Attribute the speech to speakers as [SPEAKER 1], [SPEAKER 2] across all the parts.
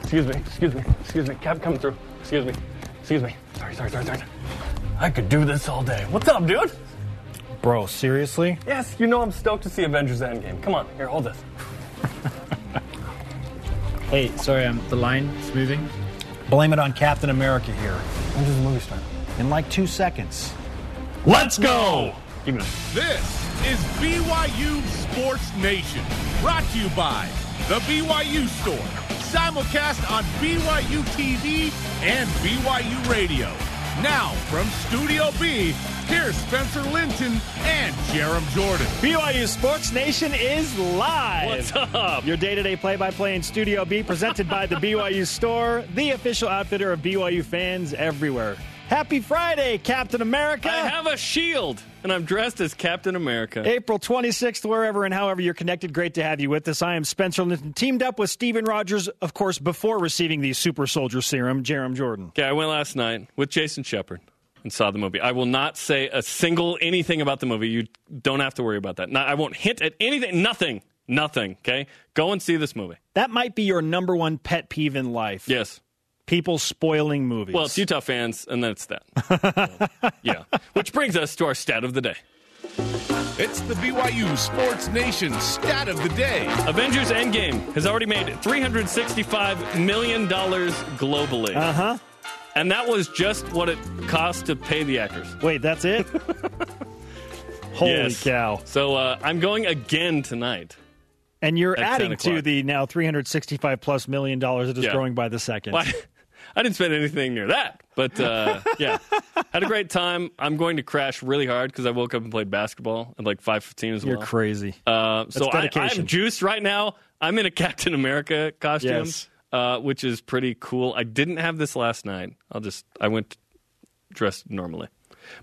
[SPEAKER 1] Excuse me. Excuse me. Excuse me. Cab coming through. Excuse me. Excuse me. Sorry, sorry, sorry, sorry. I could do this all day. What's up, dude?
[SPEAKER 2] Bro, seriously?
[SPEAKER 1] Yes, you know I'm stoked to see Avengers Endgame. Come on, here, hold this.
[SPEAKER 3] Hey, sorry, um, the line is moving.
[SPEAKER 2] Blame it on Captain America here.
[SPEAKER 1] When does the movie start?
[SPEAKER 2] In like two seconds.
[SPEAKER 1] Let's go! Give it
[SPEAKER 4] This is BYU Sports Nation, brought to you by the BYU Store, simulcast on BYU TV and BYU Radio. Now from Studio B, here's Spencer Linton and Jerem Jordan.
[SPEAKER 5] BYU Sports Nation is live. What's up? Your day-to-day play-by-play in Studio B, presented by the BYU Store, the official outfitter of BYU fans everywhere. Happy Friday, Captain America!
[SPEAKER 6] I have a shield, and I'm dressed as Captain America.
[SPEAKER 5] April 26th, wherever and however you're connected, great to have you with us. I am Spencer Linton, teamed up with Steven Rogers, of course, before receiving the Super Soldier Serum, Jerem Jordan.
[SPEAKER 6] Okay, I went last night with Jason Shepard and saw the movie. I will not say a single anything about the movie. You don't have to worry about that. No, I won't hint at anything. Nothing. Nothing. Okay, go and see this movie.
[SPEAKER 5] That might be your number one pet peeve in life.
[SPEAKER 6] Yes.
[SPEAKER 5] People spoiling movies.
[SPEAKER 6] Well, it's Utah fans, and then it's that. yeah. Which brings us to our stat of the day.
[SPEAKER 4] It's the BYU Sports Nation stat of the day.
[SPEAKER 6] Avengers Endgame has already made $365 million globally. Uh
[SPEAKER 5] Uh-huh.
[SPEAKER 6] huh. And that was just what it cost to pay the actors.
[SPEAKER 5] Wait, that's it? Holy
[SPEAKER 6] Yes.
[SPEAKER 5] cow.
[SPEAKER 6] So uh, I'm going again tonight.
[SPEAKER 5] And you're
[SPEAKER 6] At 10
[SPEAKER 5] adding to
[SPEAKER 6] o'clock.
[SPEAKER 5] the now 365 plus million dollars that is
[SPEAKER 6] Yeah.
[SPEAKER 5] growing by the second.
[SPEAKER 6] Why? I didn't spend anything near that, but uh, yeah, had a great time. I'm going to crash really hard because I woke up and played basketball at like 5:15 as
[SPEAKER 5] You're
[SPEAKER 6] well.
[SPEAKER 5] crazy.
[SPEAKER 6] Uh, so I,
[SPEAKER 5] dedication.
[SPEAKER 6] I'm juiced right now. I'm in a Captain America costume,
[SPEAKER 5] Yes.
[SPEAKER 6] uh, which is pretty cool. I didn't have this last night. I'll just I went dressed normally,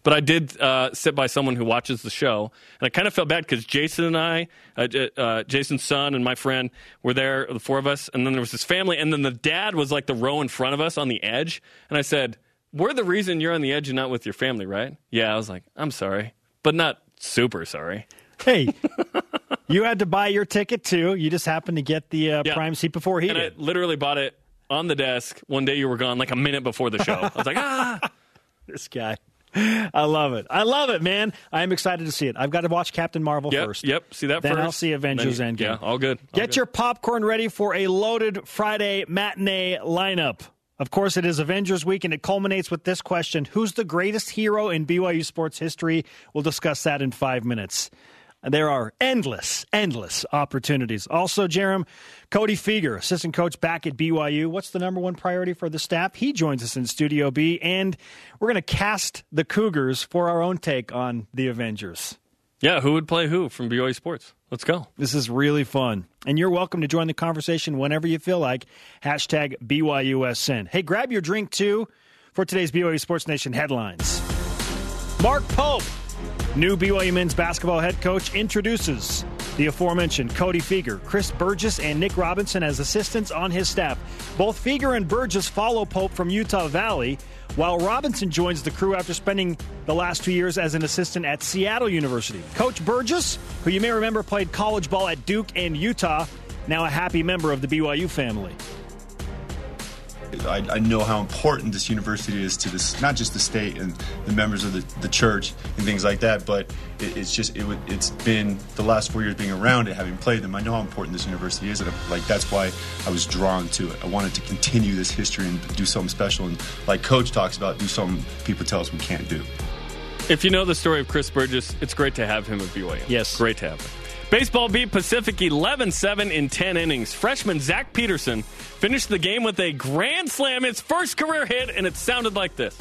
[SPEAKER 6] but I did uh, sit by someone who watches the show, and I kind of felt bad because Jason and I, uh, J- uh, Jason's son and my friend were there, the four of us, and then there was his family, and then the dad was like the row in front of us on the edge, and I said, "We're the reason you're on the edge and not with your family, right?" Yeah, I was like, "I'm sorry, but not super sorry."
[SPEAKER 5] hey, you had to buy your ticket too. You just happened to get the uh,
[SPEAKER 6] Yeah.
[SPEAKER 5] prime seat before he
[SPEAKER 6] and I
[SPEAKER 5] did.
[SPEAKER 6] literally bought it on the desk one day you were gone like a minute before the show i was like ah
[SPEAKER 5] This guy. I love it. I love it, man. I'm excited to see it. I've got to watch Captain Marvel
[SPEAKER 6] yep
[SPEAKER 5] first.
[SPEAKER 6] yep see that
[SPEAKER 5] Then
[SPEAKER 6] first
[SPEAKER 5] I'll see Avengers
[SPEAKER 6] Then-
[SPEAKER 5] Endgame.
[SPEAKER 6] yeah all good all
[SPEAKER 5] Get
[SPEAKER 6] good.
[SPEAKER 5] your popcorn ready for a loaded Friday matinee lineup. Of course, it is Avengers week, and it culminates with this question Who's the greatest hero in BYU sports history? We'll discuss that in five minutes. And There are endless, endless opportunities. Also, Jerem, Cody Feger, assistant coach back at BYU. What's the number one priority for the staff? He joins us in Studio B, and we're going to cast the Cougars for our own take on the Avengers.
[SPEAKER 6] yeah who would play who from BYU sports let's go
[SPEAKER 5] This is really fun. And you're welcome to join the conversation whenever you feel like. Hashtag BYUSN. Hey, grab your drink too for today's BYU Sports Nation headlines. Mark Pope, new BYU men's basketball head coach, introduces the aforementioned Cody Feger, Chris Burgess, and Nick Robinson as assistants on his staff. Both Feger and Burgess follow Pope from Utah Valley, while Robinson joins the crew after spending the last two years as an assistant at Seattle University. Coach Burgess, who you may remember played college ball at Duke and Utah, now a happy member of the BYU family.
[SPEAKER 7] I, I know how important this university is to this, not just the state and the members of the, the church and things like that, but it, it's just it, would- it's been the last four years being around it, having played them. I know how important this university is, and I'm- like that's why I was drawn to it. I wanted to continue this history and do something special, and like Coach talks about, do something people tell us we can't do.
[SPEAKER 6] if you know the story of Chris Burgess it's great to have him at BYU
[SPEAKER 5] Yes.
[SPEAKER 6] great to have him Baseball beat Pacific 11-7 in 10 innings. Freshman Zach Peterson finished the game with a grand slam, his first career hit, and it sounded like this.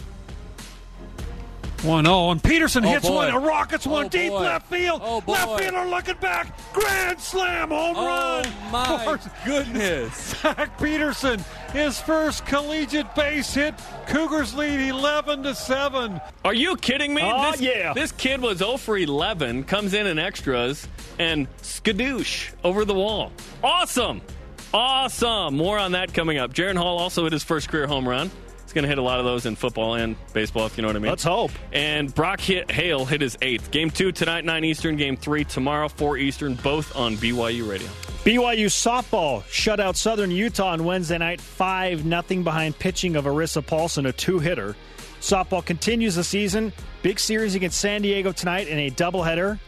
[SPEAKER 2] 1 0, and Peterson
[SPEAKER 8] Oh,
[SPEAKER 2] hits
[SPEAKER 8] boy.
[SPEAKER 2] one. A rockets one
[SPEAKER 8] Oh,
[SPEAKER 2] deep
[SPEAKER 8] boy.
[SPEAKER 2] left field.
[SPEAKER 8] Oh, boy.
[SPEAKER 2] left fielder looking back. Grand slam home
[SPEAKER 8] Oh
[SPEAKER 2] run.
[SPEAKER 8] my
[SPEAKER 2] for
[SPEAKER 8] goodness.
[SPEAKER 2] Zach Peterson, his first collegiate base hit. Cougars lead 11 to 7.
[SPEAKER 6] Are you kidding me?
[SPEAKER 5] Aw,
[SPEAKER 6] this,
[SPEAKER 5] Oh, yeah.
[SPEAKER 6] This kid was 0 for 11, comes in in extras, and skadoosh over the wall. Awesome. Awesome. More on that coming up. Jaron Hall also hit his first career home run. He's going to hit a lot of those in football and baseball, if you know what I mean.
[SPEAKER 5] Let's hope.
[SPEAKER 6] And Brock hit, Hale hit his eighth. Game two tonight, 9 Eastern. Game three tomorrow, 4 Eastern, both on BYU Radio.
[SPEAKER 5] BYU softball shut out Southern Utah on Wednesday night 5 0 behind pitching of Arissa Paulson, a two hitter. Softball continues the season. Big series against San Diego tonight in a doubleheader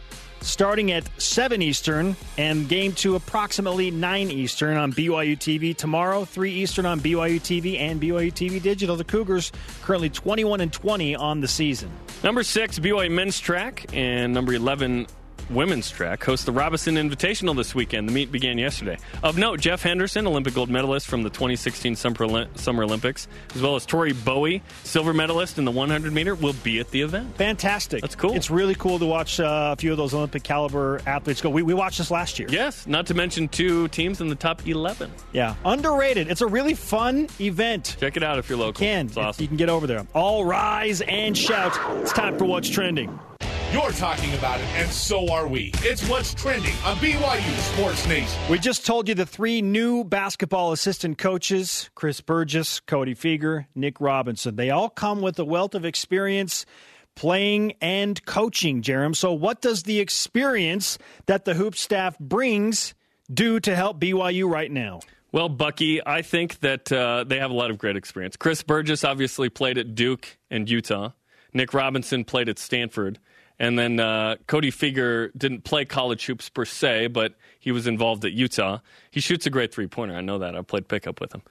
[SPEAKER 5] starting at 7 Eastern and game two approximately 9 Eastern on BYU TV tomorrow, 3 Eastern on BYU TV and BYU TV Digital. The Cougars currently 21 and 20 on the season.
[SPEAKER 6] Number six, BYU men's track, and number 11, women's track, host the Robinson Invitational this weekend. The meet began yesterday. Of note, Jeff Henderson, Olympic gold medalist from the 2016 Summer Oli- Summer Olympics, as well as Tori Bowie, silver medalist in the 100 meter, will be at the event.
[SPEAKER 5] Fantastic.
[SPEAKER 6] That's cool.
[SPEAKER 5] It's really cool to watch uh, a few of those Olympic caliber athletes go. We, we watched this last year.
[SPEAKER 6] Yes, not to mention two teams in the top 11.
[SPEAKER 5] Yeah. Underrated. It's a really fun event.
[SPEAKER 6] Check it out if you're local.
[SPEAKER 5] Can
[SPEAKER 6] it's
[SPEAKER 5] if
[SPEAKER 6] awesome.
[SPEAKER 5] you can get over there. All rise and shout. It's time for what's trending.
[SPEAKER 4] You're talking about it, and so are we. It's what's trending on BYU Sports Nation.
[SPEAKER 5] We just told you the three new basketball assistant coaches Chris Burgess, Cody Feger, Nick Robinson. They all come with a wealth of experience playing and coaching, Jerem. So, what does the experience that the Hoop staff brings do to help BYU right now?
[SPEAKER 6] Well, Bucky, I think that uh, they have a lot of great experience. Chris Burgess obviously played at Duke and Utah. Nick Robinson played at Stanford. And then uh, Cody Feger didn't play college hoops per se, but he was involved at Utah. He shoots a great three pointer. I know that. I played pickup with him.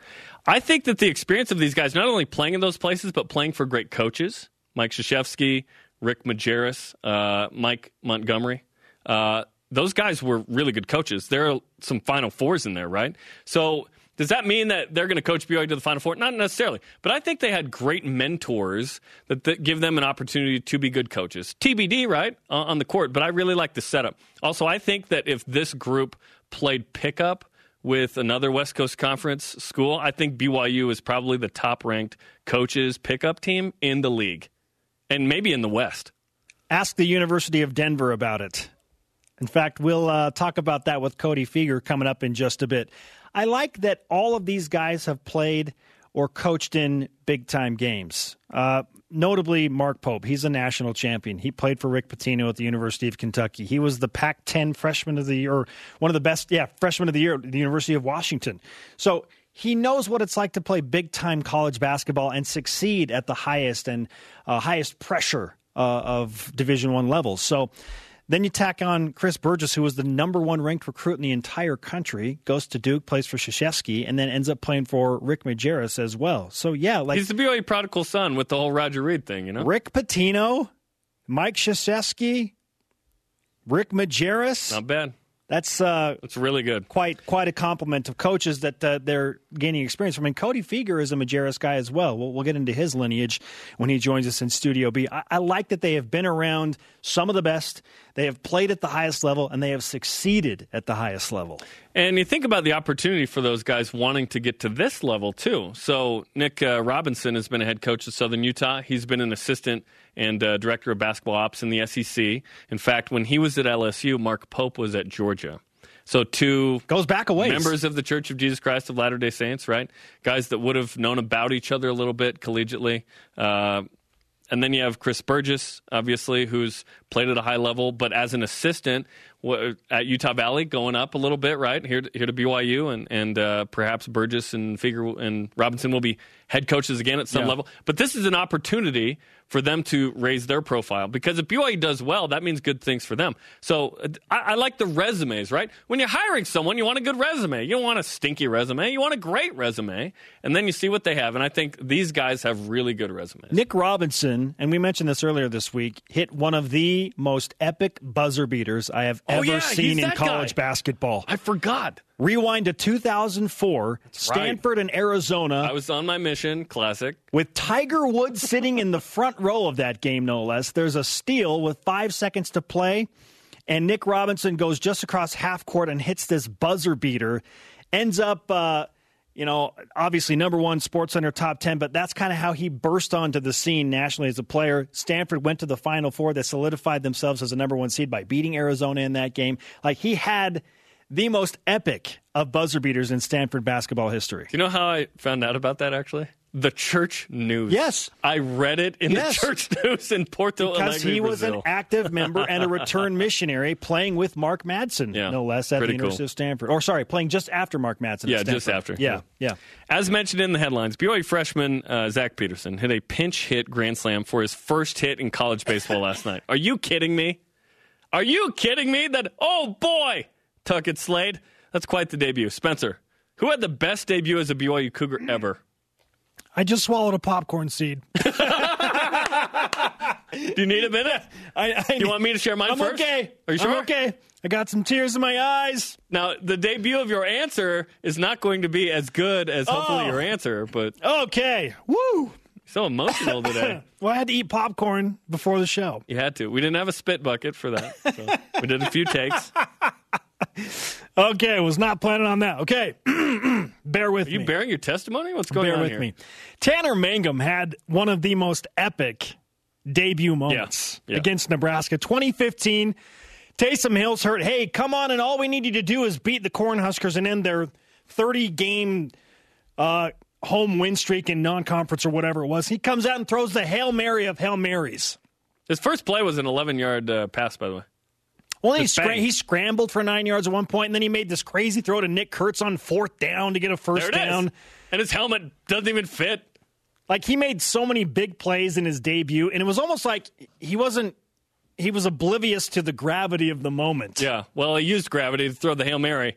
[SPEAKER 6] I think that the experience of these guys, not only playing in those places, but playing for great coaches Mike Shashevsky, Rick Majerus, uh, Mike Montgomery. Uh, those guys were really good coaches. There are some Final Fours in there, right? So does that mean that they're going to coach BYU to the Final Four? Not necessarily, but I think they had great mentors that, that give them an opportunity to be good coaches. TBD, right, uh, on the court. But I really like the setup. Also, I think that if this group played pickup with another West Coast Conference school, I think BYU is probably the top-ranked coaches pickup team in the league, and maybe in the West.
[SPEAKER 5] Ask the University of Denver about it. In fact, we'll uh, talk about that with Cody Feger coming up in just a bit. I like that all of these guys have played or coached in big time games. Uh, notably, Mark Pope. He's a national champion. He played for Rick Pitino at the University of Kentucky. He was the Pac 10 freshman of the year, or one of the best, yeah, freshman of the year at the University of Washington. So he knows what it's like to play big time college basketball and succeed at the highest and uh, highest pressure uh, of Division One levels. So. Then you tack on Chris Burgess, who was the number one ranked recruit in the entire country, goes to Duke, plays for Shashevsky, and then ends up playing for Rick Majerus as well. So yeah, like
[SPEAKER 6] He's the BYU prodigal son with the whole Roger Reed thing, you know.
[SPEAKER 5] Rick Patino, Mike Shashevsky, Rick Majerus.
[SPEAKER 6] Not bad.
[SPEAKER 5] That's uh,
[SPEAKER 6] It's really good.
[SPEAKER 5] quite quite a compliment of coaches that uh, they're gaining experience. I mean, Cody Feger is a Majerus guy as well. We'll, we'll get into his lineage when he joins us in Studio B. I, I like that they have been around some of the best. They have played at the highest level and they have succeeded at the highest level.
[SPEAKER 6] And you think about the opportunity for those guys wanting to get to this level too. So Nick uh, Robinson has been a head coach at Southern Utah. He's been an assistant and uh, director of basketball ops in the SEC. In fact, when he was at LSU, Mark Pope was at Georgia. So two
[SPEAKER 5] Goes back a ways.
[SPEAKER 6] members of the Church of Jesus Christ of Latter Day Saints, right? Guys that would have known about each other a little bit collegiately. Uh, and then you have Chris Burgess, obviously, who's played at a high level, but as an assistant wha- at Utah Valley, going up a little bit, right here, to- here to BYU, and and uh, perhaps Burgess and Figur and Robinson will be head coaches again at some level. But this is an opportunity for them to raise their profile because if BYU does well, that means good things for them. So uh, I, I like the resumes, right? When you're hiring someone, you want a good resume. You don't want a stinky resume. You want a great resume, and then you see what they have. And I think these guys have really good resumes.
[SPEAKER 5] Nick Robinson, and we mentioned this earlier this week, hit one of the most epic buzzer beaters I have ever
[SPEAKER 6] Oh, yeah, he's
[SPEAKER 5] seen in
[SPEAKER 6] that
[SPEAKER 5] college
[SPEAKER 6] guy.
[SPEAKER 5] basketball.
[SPEAKER 6] I forgot.
[SPEAKER 5] Rewind to 2004, Stanford and Arizona.
[SPEAKER 6] I was on my mission, classic.
[SPEAKER 5] With Tiger Woods sitting in the front row of that game, no less, there's a steal with five seconds to play, and Nick Robinson goes just across half court and hits this buzzer beater. Ends up, uh, you know, obviously number one Sports Center top 10, but that's kind of how he burst onto the scene nationally as a player. Stanford went to the Final Four that solidified themselves as a number one seed by beating Arizona in that game. Like, he had the most epic of buzzer beaters in Stanford basketball history.
[SPEAKER 6] Do you know how I found out about that actually? The church news.
[SPEAKER 5] Yes.
[SPEAKER 6] I read it in
[SPEAKER 5] Yes.
[SPEAKER 6] the church news in Porto
[SPEAKER 5] because
[SPEAKER 6] Alegre,
[SPEAKER 5] he was
[SPEAKER 6] Brazil.
[SPEAKER 5] an active member and a return missionary playing with Mark Madsen,
[SPEAKER 6] Yeah.
[SPEAKER 5] no less, at
[SPEAKER 6] Pretty
[SPEAKER 5] the University
[SPEAKER 6] cool.
[SPEAKER 5] of Stanford. Or sorry, playing just after Mark Madsen. at
[SPEAKER 6] Yeah, just
[SPEAKER 5] Stanford.
[SPEAKER 6] after.
[SPEAKER 5] Yeah, yeah.
[SPEAKER 6] As mentioned in the headlines, BYU freshman uh, Zach Peterson hit a pinch hit grand slam for his first hit in college baseball last night. Are you kidding me? Are you kidding me? That oh boy, Tuckett Slade. That's quite the debut, Spencer. Who had the best debut as a BYU Cougar ever?
[SPEAKER 8] I just swallowed a popcorn seed.
[SPEAKER 6] Do you need a minute?
[SPEAKER 5] I, I,
[SPEAKER 6] You want me to share mine
[SPEAKER 5] I'm
[SPEAKER 6] first?
[SPEAKER 5] okay.
[SPEAKER 6] Are you sure?
[SPEAKER 5] I'm okay. I got some tears in my eyes.
[SPEAKER 6] Now, the debut of your answer is not going to be as good as hopefully
[SPEAKER 5] Oh.
[SPEAKER 6] your answer, but
[SPEAKER 5] Okay. Woo.
[SPEAKER 6] so emotional today.
[SPEAKER 8] Well, I had to eat popcorn before the show.
[SPEAKER 6] You had to. We didn't have a spit bucket for that. So we did a few takes.
[SPEAKER 5] Okay, was not planning on that. Okay. Bear with
[SPEAKER 6] Are you
[SPEAKER 5] me.
[SPEAKER 6] bearing your testimony? What's going
[SPEAKER 5] Bear
[SPEAKER 6] on
[SPEAKER 5] with
[SPEAKER 6] here?
[SPEAKER 5] me. Tanner Mangum had one of the most epic debut moments
[SPEAKER 6] Yeah.
[SPEAKER 5] against Nebraska 2015. Taysom Hill's hurt. Hey, come on, and all we need you to do is beat the Cornhuskers and end their 30 game uh, home win streak in non conference or whatever it was. He comes out and throws the Hail Mary of Hail Marys.
[SPEAKER 6] His first play was an 11 yard uh, pass, by the way.
[SPEAKER 5] Well, then he,
[SPEAKER 6] Just bang.
[SPEAKER 5] scra- he scrambled for nine yards at one point, and then he made this crazy throw to Nick Kurtz on fourth down to get a
[SPEAKER 6] There
[SPEAKER 5] first
[SPEAKER 6] it is.
[SPEAKER 5] down.
[SPEAKER 6] And his helmet doesn't even fit.
[SPEAKER 5] Like he made so many big plays in his debut, and it was almost like he wasn't. He was oblivious to the gravity of the moment.
[SPEAKER 6] Yeah. Well, he used gravity to throw the Hail Mary.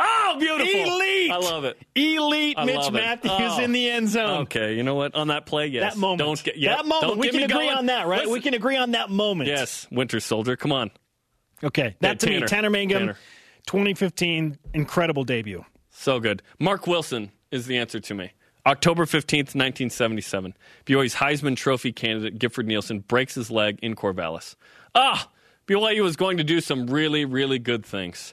[SPEAKER 6] Oh, beautiful.
[SPEAKER 5] Elite.
[SPEAKER 6] I love it.
[SPEAKER 5] Elite
[SPEAKER 6] I
[SPEAKER 5] Mitch
[SPEAKER 6] love it.
[SPEAKER 5] Matthews
[SPEAKER 6] Oh.
[SPEAKER 5] in the end zone.
[SPEAKER 6] Okay. You know what? On that play, yes.
[SPEAKER 5] That moment.
[SPEAKER 6] Don't get, yeah,
[SPEAKER 5] that moment.
[SPEAKER 6] Don't
[SPEAKER 5] we
[SPEAKER 6] get
[SPEAKER 5] can
[SPEAKER 6] me
[SPEAKER 5] agree
[SPEAKER 6] going.
[SPEAKER 5] on that, right?
[SPEAKER 6] Listen-
[SPEAKER 5] We can agree on that moment.
[SPEAKER 6] Yes. Winter Soldier. Come on.
[SPEAKER 5] Okay. That to me,
[SPEAKER 6] Tanner.
[SPEAKER 5] Tanner Mangum,
[SPEAKER 6] Tanner.
[SPEAKER 5] 2015, incredible debut.
[SPEAKER 6] So good. Mark Wilson is the answer to me. October 15th, 1977. BYU's Heisman Trophy candidate Gifford Nielsen breaks his leg in Corvallis. Ah, BYU was going to do some really, really good things.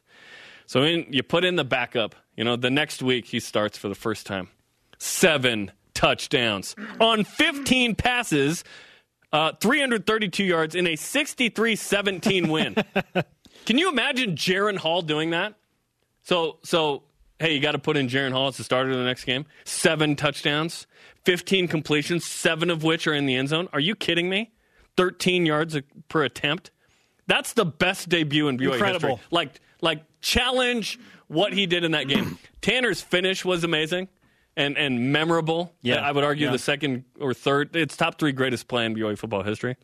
[SPEAKER 6] So in, you put in the backup. You know, the next week he starts for the first time. Seven touchdowns on 15 passes, uh, 332 yards in a 63 17 win. Can you imagine Jaron Hall doing that? So, so hey, you got to put in Jaron Hall as the starter of the next game. Seven touchdowns, 15 completions, seven of which are in the end zone. Are you kidding me? 13 yards per attempt. That's the best debut in BYU
[SPEAKER 5] Incredible.
[SPEAKER 6] history. Like, like challenge what he did in that game. Tanner's finish was amazing and and memorable.
[SPEAKER 5] Yeah.
[SPEAKER 6] I would argue
[SPEAKER 5] Yeah.
[SPEAKER 6] the second or third. It's top three greatest play in BYU football history.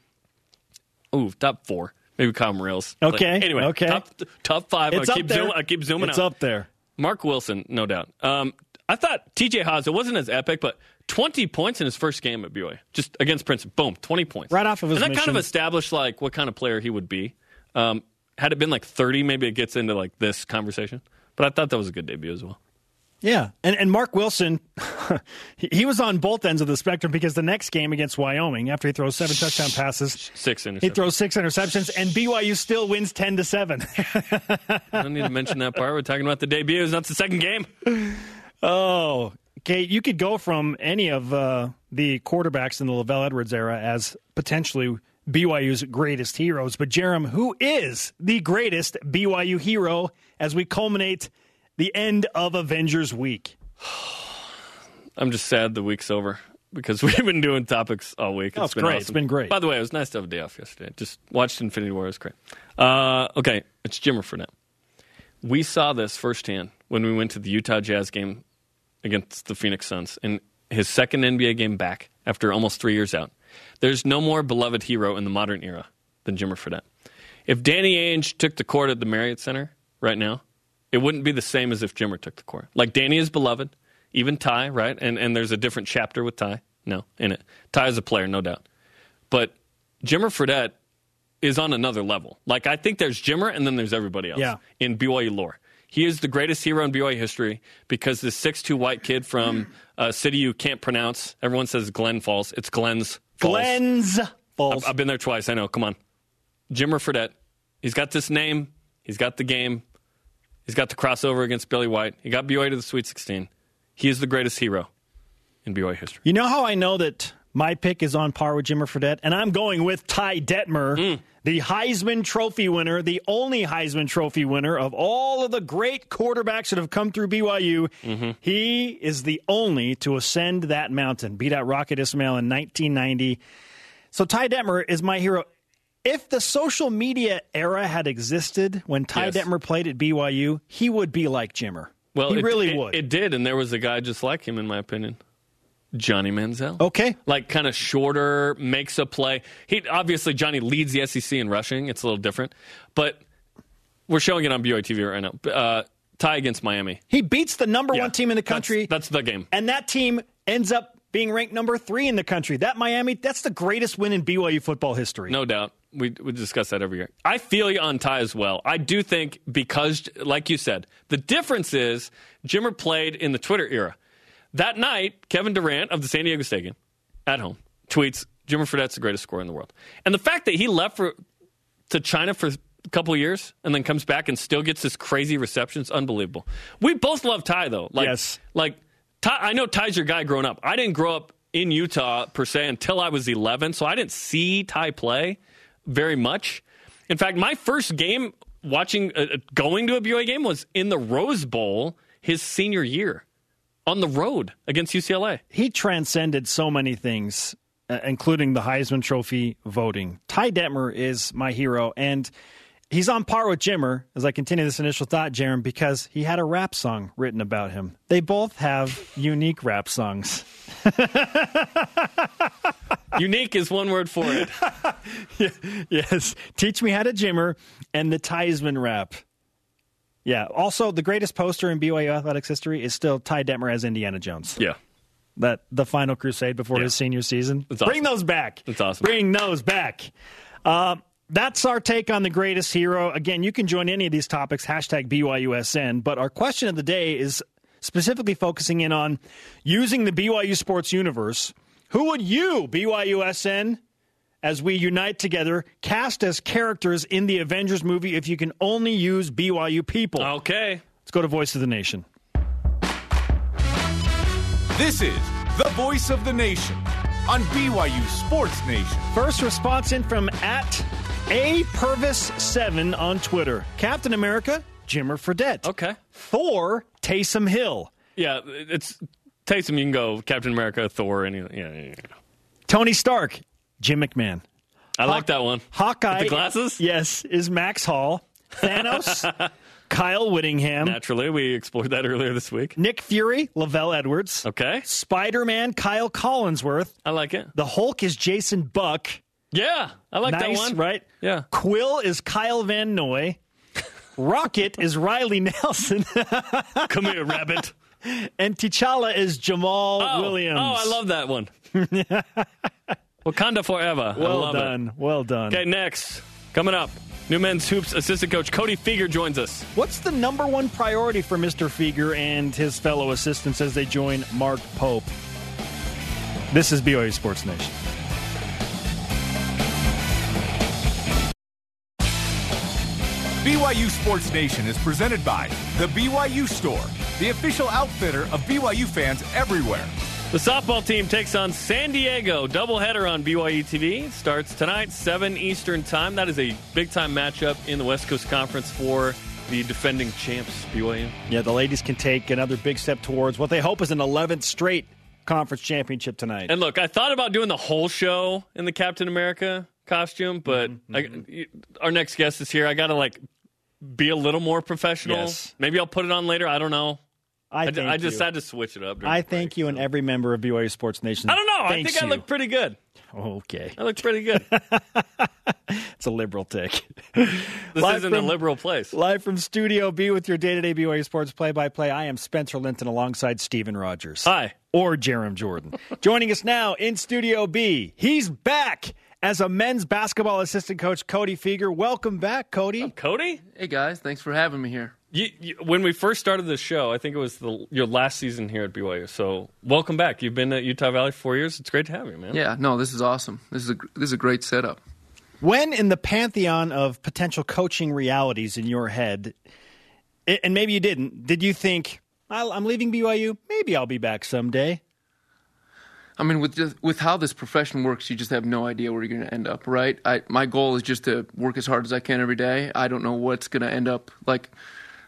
[SPEAKER 6] Ooh, top four. Maybe Kyle Morales.
[SPEAKER 5] Okay,
[SPEAKER 6] Like, anyway,
[SPEAKER 5] okay.
[SPEAKER 6] top top five.
[SPEAKER 5] It's
[SPEAKER 6] I
[SPEAKER 5] up
[SPEAKER 6] keep
[SPEAKER 5] there.
[SPEAKER 6] zooming. I keep zooming
[SPEAKER 5] It's
[SPEAKER 6] out.
[SPEAKER 5] up there.
[SPEAKER 6] Mark Wilson, no doubt. Um, I thought TJ Haas, it wasn't as epic, but 20 points in his first game at BYU, just against Princeton. Boom, 20 points.
[SPEAKER 5] Right off of his
[SPEAKER 6] And that kind
[SPEAKER 5] mission.
[SPEAKER 6] of established like what kind of player he would be. Um, had it been like 30, maybe it gets into like this conversation. But I thought that was a good debut as well.
[SPEAKER 5] Yeah, and and Mark Wilson, he he was on both ends of the spectrum because the next game against Wyoming, after he throws seven touchdown passes,
[SPEAKER 6] Six interceptions.
[SPEAKER 5] he throws six interceptions, and BYU still wins ten to seven.
[SPEAKER 6] I don't need to mention that part. We're talking about the debuts, not the second game.
[SPEAKER 5] Oh, okay. You could go from any of uh, the quarterbacks in the Lavelle Edwards era as potentially BYU's greatest heroes, but Jerem, who is the greatest BYU hero as we culminate the end of Avengers Week?
[SPEAKER 6] I'm just sad the week's over because we've been doing topics all week.
[SPEAKER 5] Oh, it's great. It's been great.
[SPEAKER 6] By the way, it was nice to have a day off yesterday. Just watched Infinity War. It was great. Uh, okay, it's Jimmer for now. We saw this firsthand when we went to the Utah Jazz game against the Phoenix Suns in his second NBA game back after almost three years out. There's no more beloved hero in the modern era than Jimmer Fredette. If Danny Ainge took the court at the Marriott Center right now, it wouldn't be the same as if Jimmer took the court. Like Danny is beloved, even Ty, right? And and there's a different chapter with Ty. No, in it. Ty is a player, no doubt. But Jimmer Fredette is on another level. Like I think there's Jimmer and then there's everybody else
[SPEAKER 5] Yeah.
[SPEAKER 6] in BYU lore. He is the greatest hero in BYU history because this 6'2 white kid from a city you can't pronounce. Everyone says Glen Falls. It's Glens Falls.
[SPEAKER 5] Glenn's Falls.
[SPEAKER 6] I've been there twice. I know. Come on. Jimmer Fredette. He's got this name. He's got the game. He's got the crossover against Billy White. He got BYU to the Sweet 16. He is the greatest hero in BYU history.
[SPEAKER 5] You know how I know that My pick is on par with Jimmer Fredette, and I'm going with Ty Detmer,
[SPEAKER 6] Hmm.
[SPEAKER 5] the Heisman Trophy winner, the only Heisman Trophy winner of all of the great quarterbacks that have come through BYU.
[SPEAKER 6] Mm-hmm.
[SPEAKER 5] He is the only to ascend that mountain, beat out Rocket Ismail in 1990. So Ty Detmer is my hero. If the social media era had existed when Ty
[SPEAKER 6] Yes.
[SPEAKER 5] Detmer played at BYU, he would be like Jimmer.
[SPEAKER 6] Well,
[SPEAKER 5] he
[SPEAKER 6] it,
[SPEAKER 5] really
[SPEAKER 6] it-
[SPEAKER 5] would.
[SPEAKER 6] It did, and there was a guy just like him, in my opinion, Johnny Manziel.
[SPEAKER 5] okay.
[SPEAKER 6] like kind of shorter, makes a play. He obviously Johnny leads the SEC in rushing. It's a little different, but we're showing it on BYU TV right now. Uh, tie against Miami.
[SPEAKER 5] He beats the number
[SPEAKER 6] Yeah.
[SPEAKER 5] one team in the
[SPEAKER 6] That's-
[SPEAKER 5] country,
[SPEAKER 6] That's, the game.
[SPEAKER 5] and that team ends up being ranked number three in the country. That Miami, that's the greatest win in BYU football history.
[SPEAKER 6] No doubt. We, we discuss that every year. I feel you on Ty as well. I do think because, like you said, the difference is Jimmer played in the Twitter era. That night, Kevin Durant of the San Diego State game at home tweets, Jimmer Fredette's the greatest scorer in the world. And the fact that he left for, to China for a couple years and then comes back and still gets this crazy reception is unbelievable. We both love Ty, though. Like,
[SPEAKER 5] Yes.
[SPEAKER 6] Like, Ty, I know Ty's your guy growing up. I didn't grow up in Utah per se until I was 11, so I didn't see Ty play very much. In fact, my first game watching, uh, uh, going to a BYU game was in the Rose Bowl his senior year on the road against UCLA.
[SPEAKER 5] He transcended so many things, uh, including the Heisman Trophy voting. Ty Detmer is my hero, and he's on par with Jimmer, as I continue this initial thought, Jerem, because he had a rap song written about him. They both have unique rap songs.
[SPEAKER 6] Unique is one word for it.
[SPEAKER 5] Yes. Teach me how to jimmer and the Tiesman rap. Yeah. Also, the greatest poster in BYU athletics history is still Ty Detmer as Indiana Jones.
[SPEAKER 6] Yeah.
[SPEAKER 5] That the final crusade before his senior season.
[SPEAKER 6] That's awesome.
[SPEAKER 5] Bring those back.
[SPEAKER 6] That's awesome.
[SPEAKER 5] Bring those back. Uh, that's our take on the greatest hero. Again, you can join any of these topics, hashtag BYUSN. But our question of the day is specifically focusing in on using the BYU sports universe. Who would you, BYUSN, as we unite together, cast as characters in the Avengers movie if you can only use BYU people?
[SPEAKER 6] Oh. Okay.
[SPEAKER 5] Let's go to Voice of the Nation.
[SPEAKER 4] This is the voice of the nation on BYU Sports Nation.
[SPEAKER 5] First response in from at A Purvis7 on Twitter. Captain America, Jimmer Fredette.
[SPEAKER 6] Okay.
[SPEAKER 5] Thor, Taysom Hill.
[SPEAKER 6] Yeah, it's Taysom. You can go Captain America, Thor, any. Yeah, yeah, yeah.
[SPEAKER 5] Tony Stark, Jim McMahon.
[SPEAKER 6] I like that one.
[SPEAKER 5] Hawkeye.
[SPEAKER 6] With the glasses?
[SPEAKER 5] Yes, is Max Hall. Thanos, Kyle Whittingham.
[SPEAKER 6] Naturally, we explored that earlier this week.
[SPEAKER 5] Nick Fury, Lavelle Edwards.
[SPEAKER 6] Okay,
[SPEAKER 5] Spider Man, Kyle Collinsworth.
[SPEAKER 6] I like it.
[SPEAKER 5] The Hulk is Jason Buck.
[SPEAKER 6] Yeah, I like that
[SPEAKER 5] nice,
[SPEAKER 6] one.
[SPEAKER 5] right?
[SPEAKER 6] Yeah.
[SPEAKER 5] Quill is Kyle Van Noy. Rocket is Riley Nelson.
[SPEAKER 6] Come here, rabbit.
[SPEAKER 5] And T'Challa is Jamal
[SPEAKER 6] Oh,
[SPEAKER 5] Williams.
[SPEAKER 6] Oh, I love that one. Wakanda forever. I
[SPEAKER 5] Well
[SPEAKER 6] love
[SPEAKER 5] done. Well done.
[SPEAKER 6] It. Okay, next coming up, new men's hoops assistant coach Cody Feager joins us.
[SPEAKER 5] What's the number one priority for Mr. Feger and his fellow assistants as they join Mark Pope? This is BYU Sports Nation.
[SPEAKER 4] BYU Sports Nation is presented by The BYU Store, the official outfitter of BYU fans everywhere.
[SPEAKER 6] The softball team takes on San Diego. Doubleheader on BYU TV starts tonight, 7 Eastern time. That is a big time matchup in the West Coast Conference for the defending champs, E. BYU.
[SPEAKER 5] Yeah, the ladies can take another big step towards what they hope is an 11th straight conference championship tonight.
[SPEAKER 6] And look, I thought about doing the whole show in the Captain America costume, but
[SPEAKER 5] Mm-hmm,
[SPEAKER 6] I- you- our next guest is here. I got to like be a little more professional.
[SPEAKER 5] Yes.
[SPEAKER 6] Maybe I'll put it on later. I don't know.
[SPEAKER 5] I,
[SPEAKER 6] I,
[SPEAKER 5] thank
[SPEAKER 6] I just
[SPEAKER 5] you.
[SPEAKER 6] had to switch it up. during
[SPEAKER 5] I
[SPEAKER 6] the break,
[SPEAKER 5] thank you and
[SPEAKER 6] so.
[SPEAKER 5] every member of BYU Sports Nation.
[SPEAKER 6] I don't know. I
[SPEAKER 5] thanks
[SPEAKER 6] think I
[SPEAKER 5] you.
[SPEAKER 6] look pretty good.
[SPEAKER 5] Okay.
[SPEAKER 6] I look pretty good.
[SPEAKER 5] It's a liberal take.
[SPEAKER 6] This
[SPEAKER 5] Live
[SPEAKER 6] isn't a
[SPEAKER 5] from-
[SPEAKER 6] liberal place.
[SPEAKER 5] Live from Studio B with your day-to-day BYU Sports play-by-play. I am Spencer Linton alongside Steven Rogers.
[SPEAKER 6] Hi.
[SPEAKER 5] or Jerem Jordan. Joining us now in Studio B, he's back as a men's basketball assistant coach, Cody Feger. Welcome back, Cody.
[SPEAKER 6] Cody?
[SPEAKER 9] Hey guys, thanks for having me here.
[SPEAKER 6] You, you, when we first started the show, I think it was the, your last season here at BYU. So welcome back. You've been at Utah Valley for four years. It's great to have you, man.
[SPEAKER 9] Yeah, no, this is awesome. This is a gr- this is a great setup.
[SPEAKER 5] When in the pantheon of potential coaching realities in your head, i- and maybe you didn't, did you think, "I'll- I'm leaving BYU, maybe I'll be back someday?
[SPEAKER 9] I mean, with just, with how this profession works, you just have no idea where you're going to end up, right? I, my goal is just to work as hard as I can every day. I don't know what's going to end up like.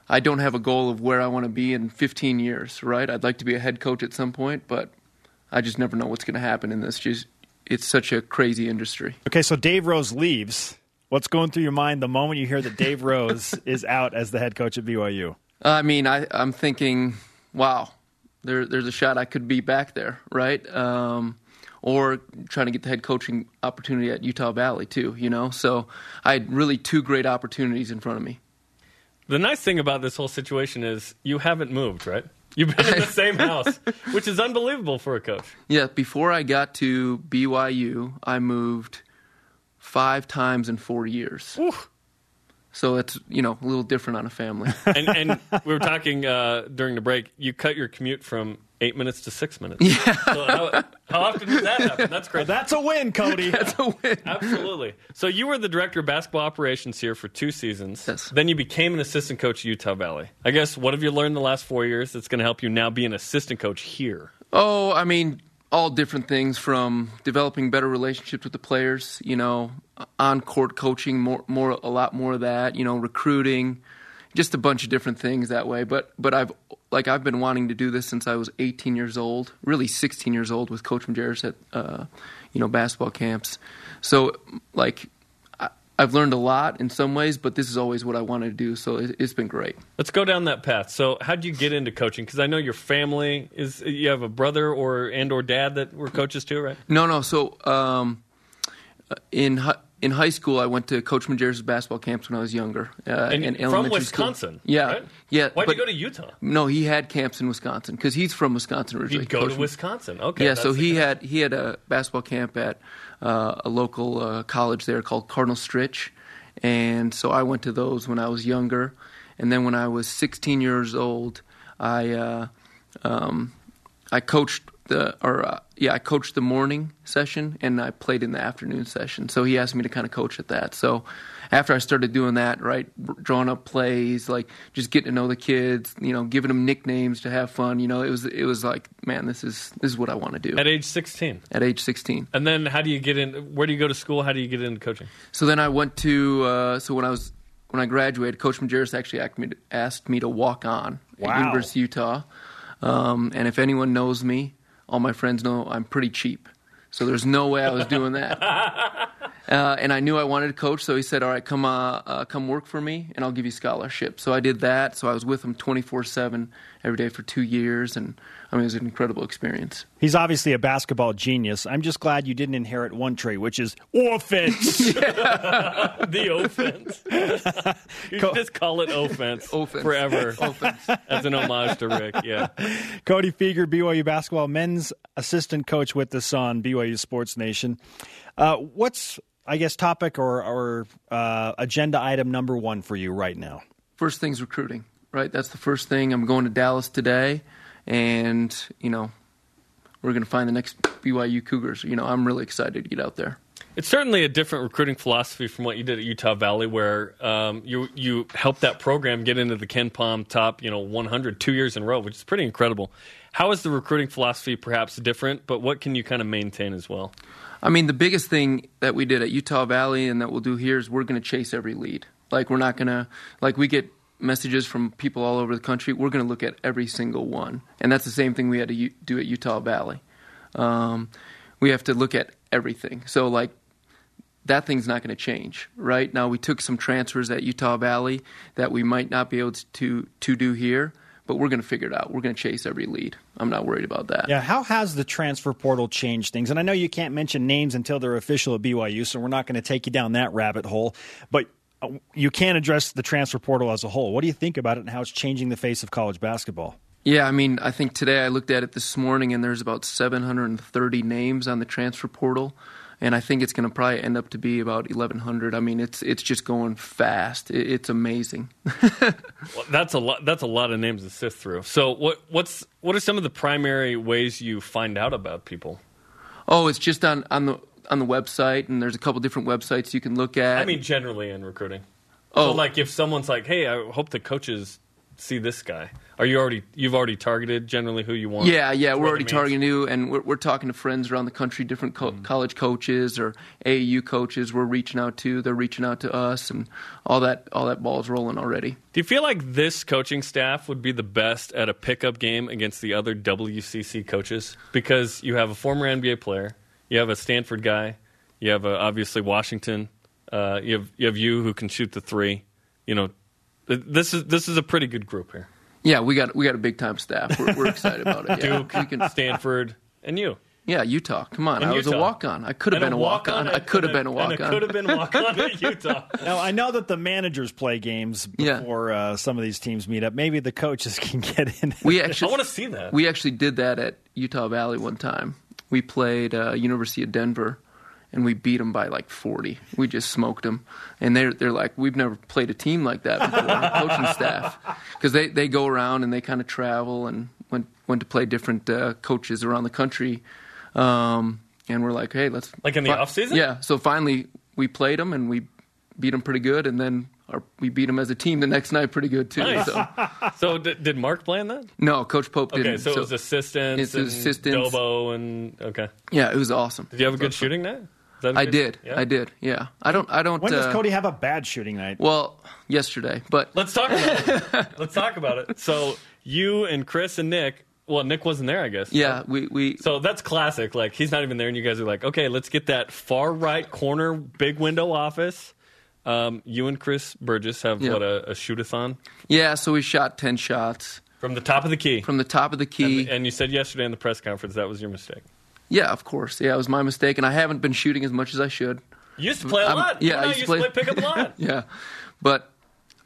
[SPEAKER 9] I don't have a goal of where I want to be in 15 years, right? I'd like to be a head coach at some point, but I just never know what's going to happen in this. Just it's such a crazy industry.
[SPEAKER 5] Okay, so Dave Rose leaves. What's going through your mind the moment you hear that Dave Rose is out as the head coach at BYU?
[SPEAKER 9] I mean, I, I'm thinking, wow, there, there's a shot I could be back there, right? Um, or trying to get the head coaching opportunity at Utah Valley too, you know. So I had really two great opportunities in front of me.
[SPEAKER 6] The nice thing about this whole situation is you haven't moved, right? You've been in the same house, which is unbelievable for a coach.
[SPEAKER 9] Yeah, before I got to BYU, I moved five times in four years. So it's you know a little different on a family.
[SPEAKER 6] And, and we were talking uh, during the break. You cut your commute from eight minutes to six minutes. So how, how often does that happen? That's crazy.
[SPEAKER 5] That's a win, Cody.
[SPEAKER 6] Absolutely. So you were the director of basketball operations here for two seasons.
[SPEAKER 9] Yes.
[SPEAKER 6] Then you became an assistant coach at Utah Valley. I guess what have you learned the last four years that's going to help you now be an assistant coach here?
[SPEAKER 9] Oh, I mean, all different things from developing better relationships with the players, you know, on court coaching, more, more, a lot more of that, you know, recruiting, just a bunch of different things that way. But, but I've, like, I've been wanting to do this since I was 18 years old, really 16 years old with Coach Majerus at, uh, you know, basketball camps. So, like, I, I've learned a lot in some ways, but this is always what I wanted to do. So it, it's been great.
[SPEAKER 6] Let's go down that path. So how'd you get into coaching? Because I know your family is you have a brother or and or dad that were coaches too, right?
[SPEAKER 9] No, no. So um, in hi- in high school, I went to Coach Majerus' basketball camps when I was younger. Uh,
[SPEAKER 6] And
[SPEAKER 9] in
[SPEAKER 6] from
[SPEAKER 9] elementary school.
[SPEAKER 6] Wisconsin,
[SPEAKER 9] Yeah,
[SPEAKER 6] right?
[SPEAKER 9] yeah.
[SPEAKER 6] Why'd
[SPEAKER 9] but-
[SPEAKER 6] you go to Utah?
[SPEAKER 9] No, he had camps in Wisconsin because he's from Wisconsin originally.
[SPEAKER 6] You'd go
[SPEAKER 9] Coach
[SPEAKER 6] to
[SPEAKER 9] Ma-
[SPEAKER 6] Wisconsin. Okay.
[SPEAKER 9] yeah,
[SPEAKER 6] that's
[SPEAKER 9] so
[SPEAKER 6] the
[SPEAKER 9] he
[SPEAKER 6] connection.
[SPEAKER 9] had he had a basketball camp at uh, a local uh, college there called Cardinal Stritch, and so I went to those when I was younger, and then when I was 16 years old, I uh, um, I coached the or uh, yeah I coached the morning session and I played in the afternoon session. So he asked me to kind of coach at that. So after I started doing that, right, drawing up plays, like just getting to know the kids, you know, giving them nicknames to have fun. You know, it was it was like man, this is this is what I want to do
[SPEAKER 6] at age 16.
[SPEAKER 9] at age 16.
[SPEAKER 6] And then how do you get in? Where do you go to school? How do you get into coaching?
[SPEAKER 9] So then I went to uh, so when I was when I graduated, Coach Majerus actually asked me to, asked me to walk on
[SPEAKER 5] Wow.
[SPEAKER 9] at University of Utah. Um, and if anyone knows me, all my friends know I'm pretty cheap. So there's no way I was doing that. Uh, and I knew I wanted to coach, so he said, "All right, come uh, uh, come work for me, and I'll give you scholarship." So I did that. So I was with him 24 seven every day for two years, and I mean it was an incredible experience.
[SPEAKER 5] He's obviously a basketball genius. I'm just glad you didn't inherit one trait, which is offense.
[SPEAKER 6] The offense. you
[SPEAKER 5] Co-
[SPEAKER 6] just call it offense,
[SPEAKER 9] Offense.
[SPEAKER 6] forever
[SPEAKER 9] Offense.
[SPEAKER 6] as an homage to Rick. Yeah.
[SPEAKER 5] Cody Feger, BYU basketball men's assistant coach with us on BYU Sports Nation. Uh, what's, I guess, topic or, or uh, agenda item number one for you right now?
[SPEAKER 9] first thing's recruiting, right? That's the first thing. I'm going to Dallas today, and you know, we're going to find the next BYU Cougars. You know, I'm really excited to get out there.
[SPEAKER 6] It's certainly a different recruiting philosophy from what you did at Utah Valley, where um, you you helped that program get into the Ken Palm top, you know, 100 two years in a row, which is pretty incredible. How is the recruiting philosophy perhaps different, but what can you kind of maintain as well?
[SPEAKER 9] I mean, the biggest thing that we did at Utah Valley and that we'll do here is we're going to chase every lead. Like, we're not going to, like, we get messages from people all over the country. We're going to look at every single one. And that's the same thing we had to u- do at Utah Valley. Um, we have to look at everything. So, like, that thing's not going to change, right? Now, we took some transfers at Utah Valley that we might not be able to, to do here, but we're going to figure it out. We're going to chase every lead. I'm not worried about that.
[SPEAKER 5] Yeah, how has the transfer portal changed things? And I know you can't mention names until they're official at BYU, so we're not going to take you down that rabbit hole. But uh, you can address the transfer portal as a whole. What do you think about it and how it's changing the face of college basketball?
[SPEAKER 9] Yeah, I mean, I think today I looked at it this morning, and there's about 730 names on the transfer portal, and I think it's going to probably end up to be about 1,100. I mean, it's it's just going fast. It, it's amazing.
[SPEAKER 6] Well, that's a lot. That's a lot of names to sift through. So, what what's what are some of the primary ways you find out about people?
[SPEAKER 9] oh, it's just on on the on the website, and there's a couple different websites you can look at.
[SPEAKER 6] I mean, generally in recruiting. So,
[SPEAKER 9] oh,
[SPEAKER 6] like, if someone's like, "Hey, I hope the coaches see this guy? Are you already you've already targeted generally who you want?
[SPEAKER 9] Yeah, yeah,
[SPEAKER 6] through
[SPEAKER 9] we're
[SPEAKER 6] other
[SPEAKER 9] already
[SPEAKER 6] means?
[SPEAKER 9] targeting you, and we're, we're talking to friends around the country, different co- college coaches or AAU coaches. We're reaching out to, they're reaching out to us, and all that all that ball's rolling already.
[SPEAKER 6] Do you feel like this coaching staff would be the best at a pickup game against the other WCC coaches? Because you have a former NBA player, you have a Stanford guy, you have a, obviously Washington, uh, you have you have you who can shoot the three. You know, th- this is this is a pretty good group here.
[SPEAKER 9] Yeah, we got we got a big time staff. We're, we're excited about it. Yeah.
[SPEAKER 6] Duke,
[SPEAKER 9] We can-
[SPEAKER 6] Stanford, and you.
[SPEAKER 9] yeah, Utah. Come on,
[SPEAKER 6] And
[SPEAKER 9] I was a
[SPEAKER 6] Utah.
[SPEAKER 9] walk on. I could have
[SPEAKER 6] And
[SPEAKER 9] been a walk on. I
[SPEAKER 6] and-
[SPEAKER 9] could have
[SPEAKER 6] and
[SPEAKER 9] been a walk
[SPEAKER 6] And I could have
[SPEAKER 9] on.
[SPEAKER 6] been a walk on at Utah.
[SPEAKER 5] Now I know that the managers play games
[SPEAKER 9] Yeah.
[SPEAKER 5] before uh, some of these teams meet up. Maybe the coaches can get in.
[SPEAKER 9] We
[SPEAKER 6] I
[SPEAKER 9] actually
[SPEAKER 6] want to see that.
[SPEAKER 9] We actually did that at Utah Valley one time. We played uh, University of Denver, and we beat them by like 40. We just smoked them, and they're they're like, we've never played a team like that before, our coaching staff, because they they go around and they kind of travel and went went to play different uh, coaches around the country, um, and we're like, hey, let's
[SPEAKER 6] Like in the
[SPEAKER 9] fi-
[SPEAKER 6] offseason?
[SPEAKER 9] Yeah. So finally, we played them and we beat them pretty good, and then. Our, we beat them as a team the next night pretty good too.
[SPEAKER 6] Nice.
[SPEAKER 9] So
[SPEAKER 6] so d- did Mark plan that?
[SPEAKER 9] no, Coach Pope didn't.
[SPEAKER 6] Okay, so, it was assistants,
[SPEAKER 9] It's assistants.
[SPEAKER 6] and Dobo, and okay.
[SPEAKER 9] yeah, it was awesome.
[SPEAKER 6] Did you have a good shooting night? Is that a
[SPEAKER 9] I
[SPEAKER 6] good-
[SPEAKER 9] did.
[SPEAKER 6] yeah?
[SPEAKER 9] I did. Yeah. I don't. I don't.
[SPEAKER 5] When does
[SPEAKER 9] uh,
[SPEAKER 5] Cody have a bad shooting night?
[SPEAKER 9] Well, yesterday, but
[SPEAKER 6] Let's talk about it. Let's talk about it. So you and Chris and Nick. Well, Nick wasn't there, I guess.
[SPEAKER 9] yeah, we we
[SPEAKER 6] So that's classic. Like he's not even there, and you guys are like, okay, let's get that far right corner, big window office. Um, you and Chris Burgess have
[SPEAKER 9] Yeah.
[SPEAKER 6] what a, a shootathon
[SPEAKER 9] yeah. So we shot ten shots
[SPEAKER 6] from the top of the key.
[SPEAKER 9] from the top of the key.
[SPEAKER 6] and, and you said yesterday in the press conference that was your mistake.
[SPEAKER 9] yeah, of course. Yeah, it was my mistake, and I haven't been shooting as much as I should.
[SPEAKER 6] You used to play a
[SPEAKER 9] I'm-
[SPEAKER 6] lot.
[SPEAKER 9] yeah,
[SPEAKER 6] You and
[SPEAKER 9] I
[SPEAKER 6] I
[SPEAKER 9] used to
[SPEAKER 6] used to play,
[SPEAKER 9] play-
[SPEAKER 6] pickup a lot.
[SPEAKER 9] Yeah, but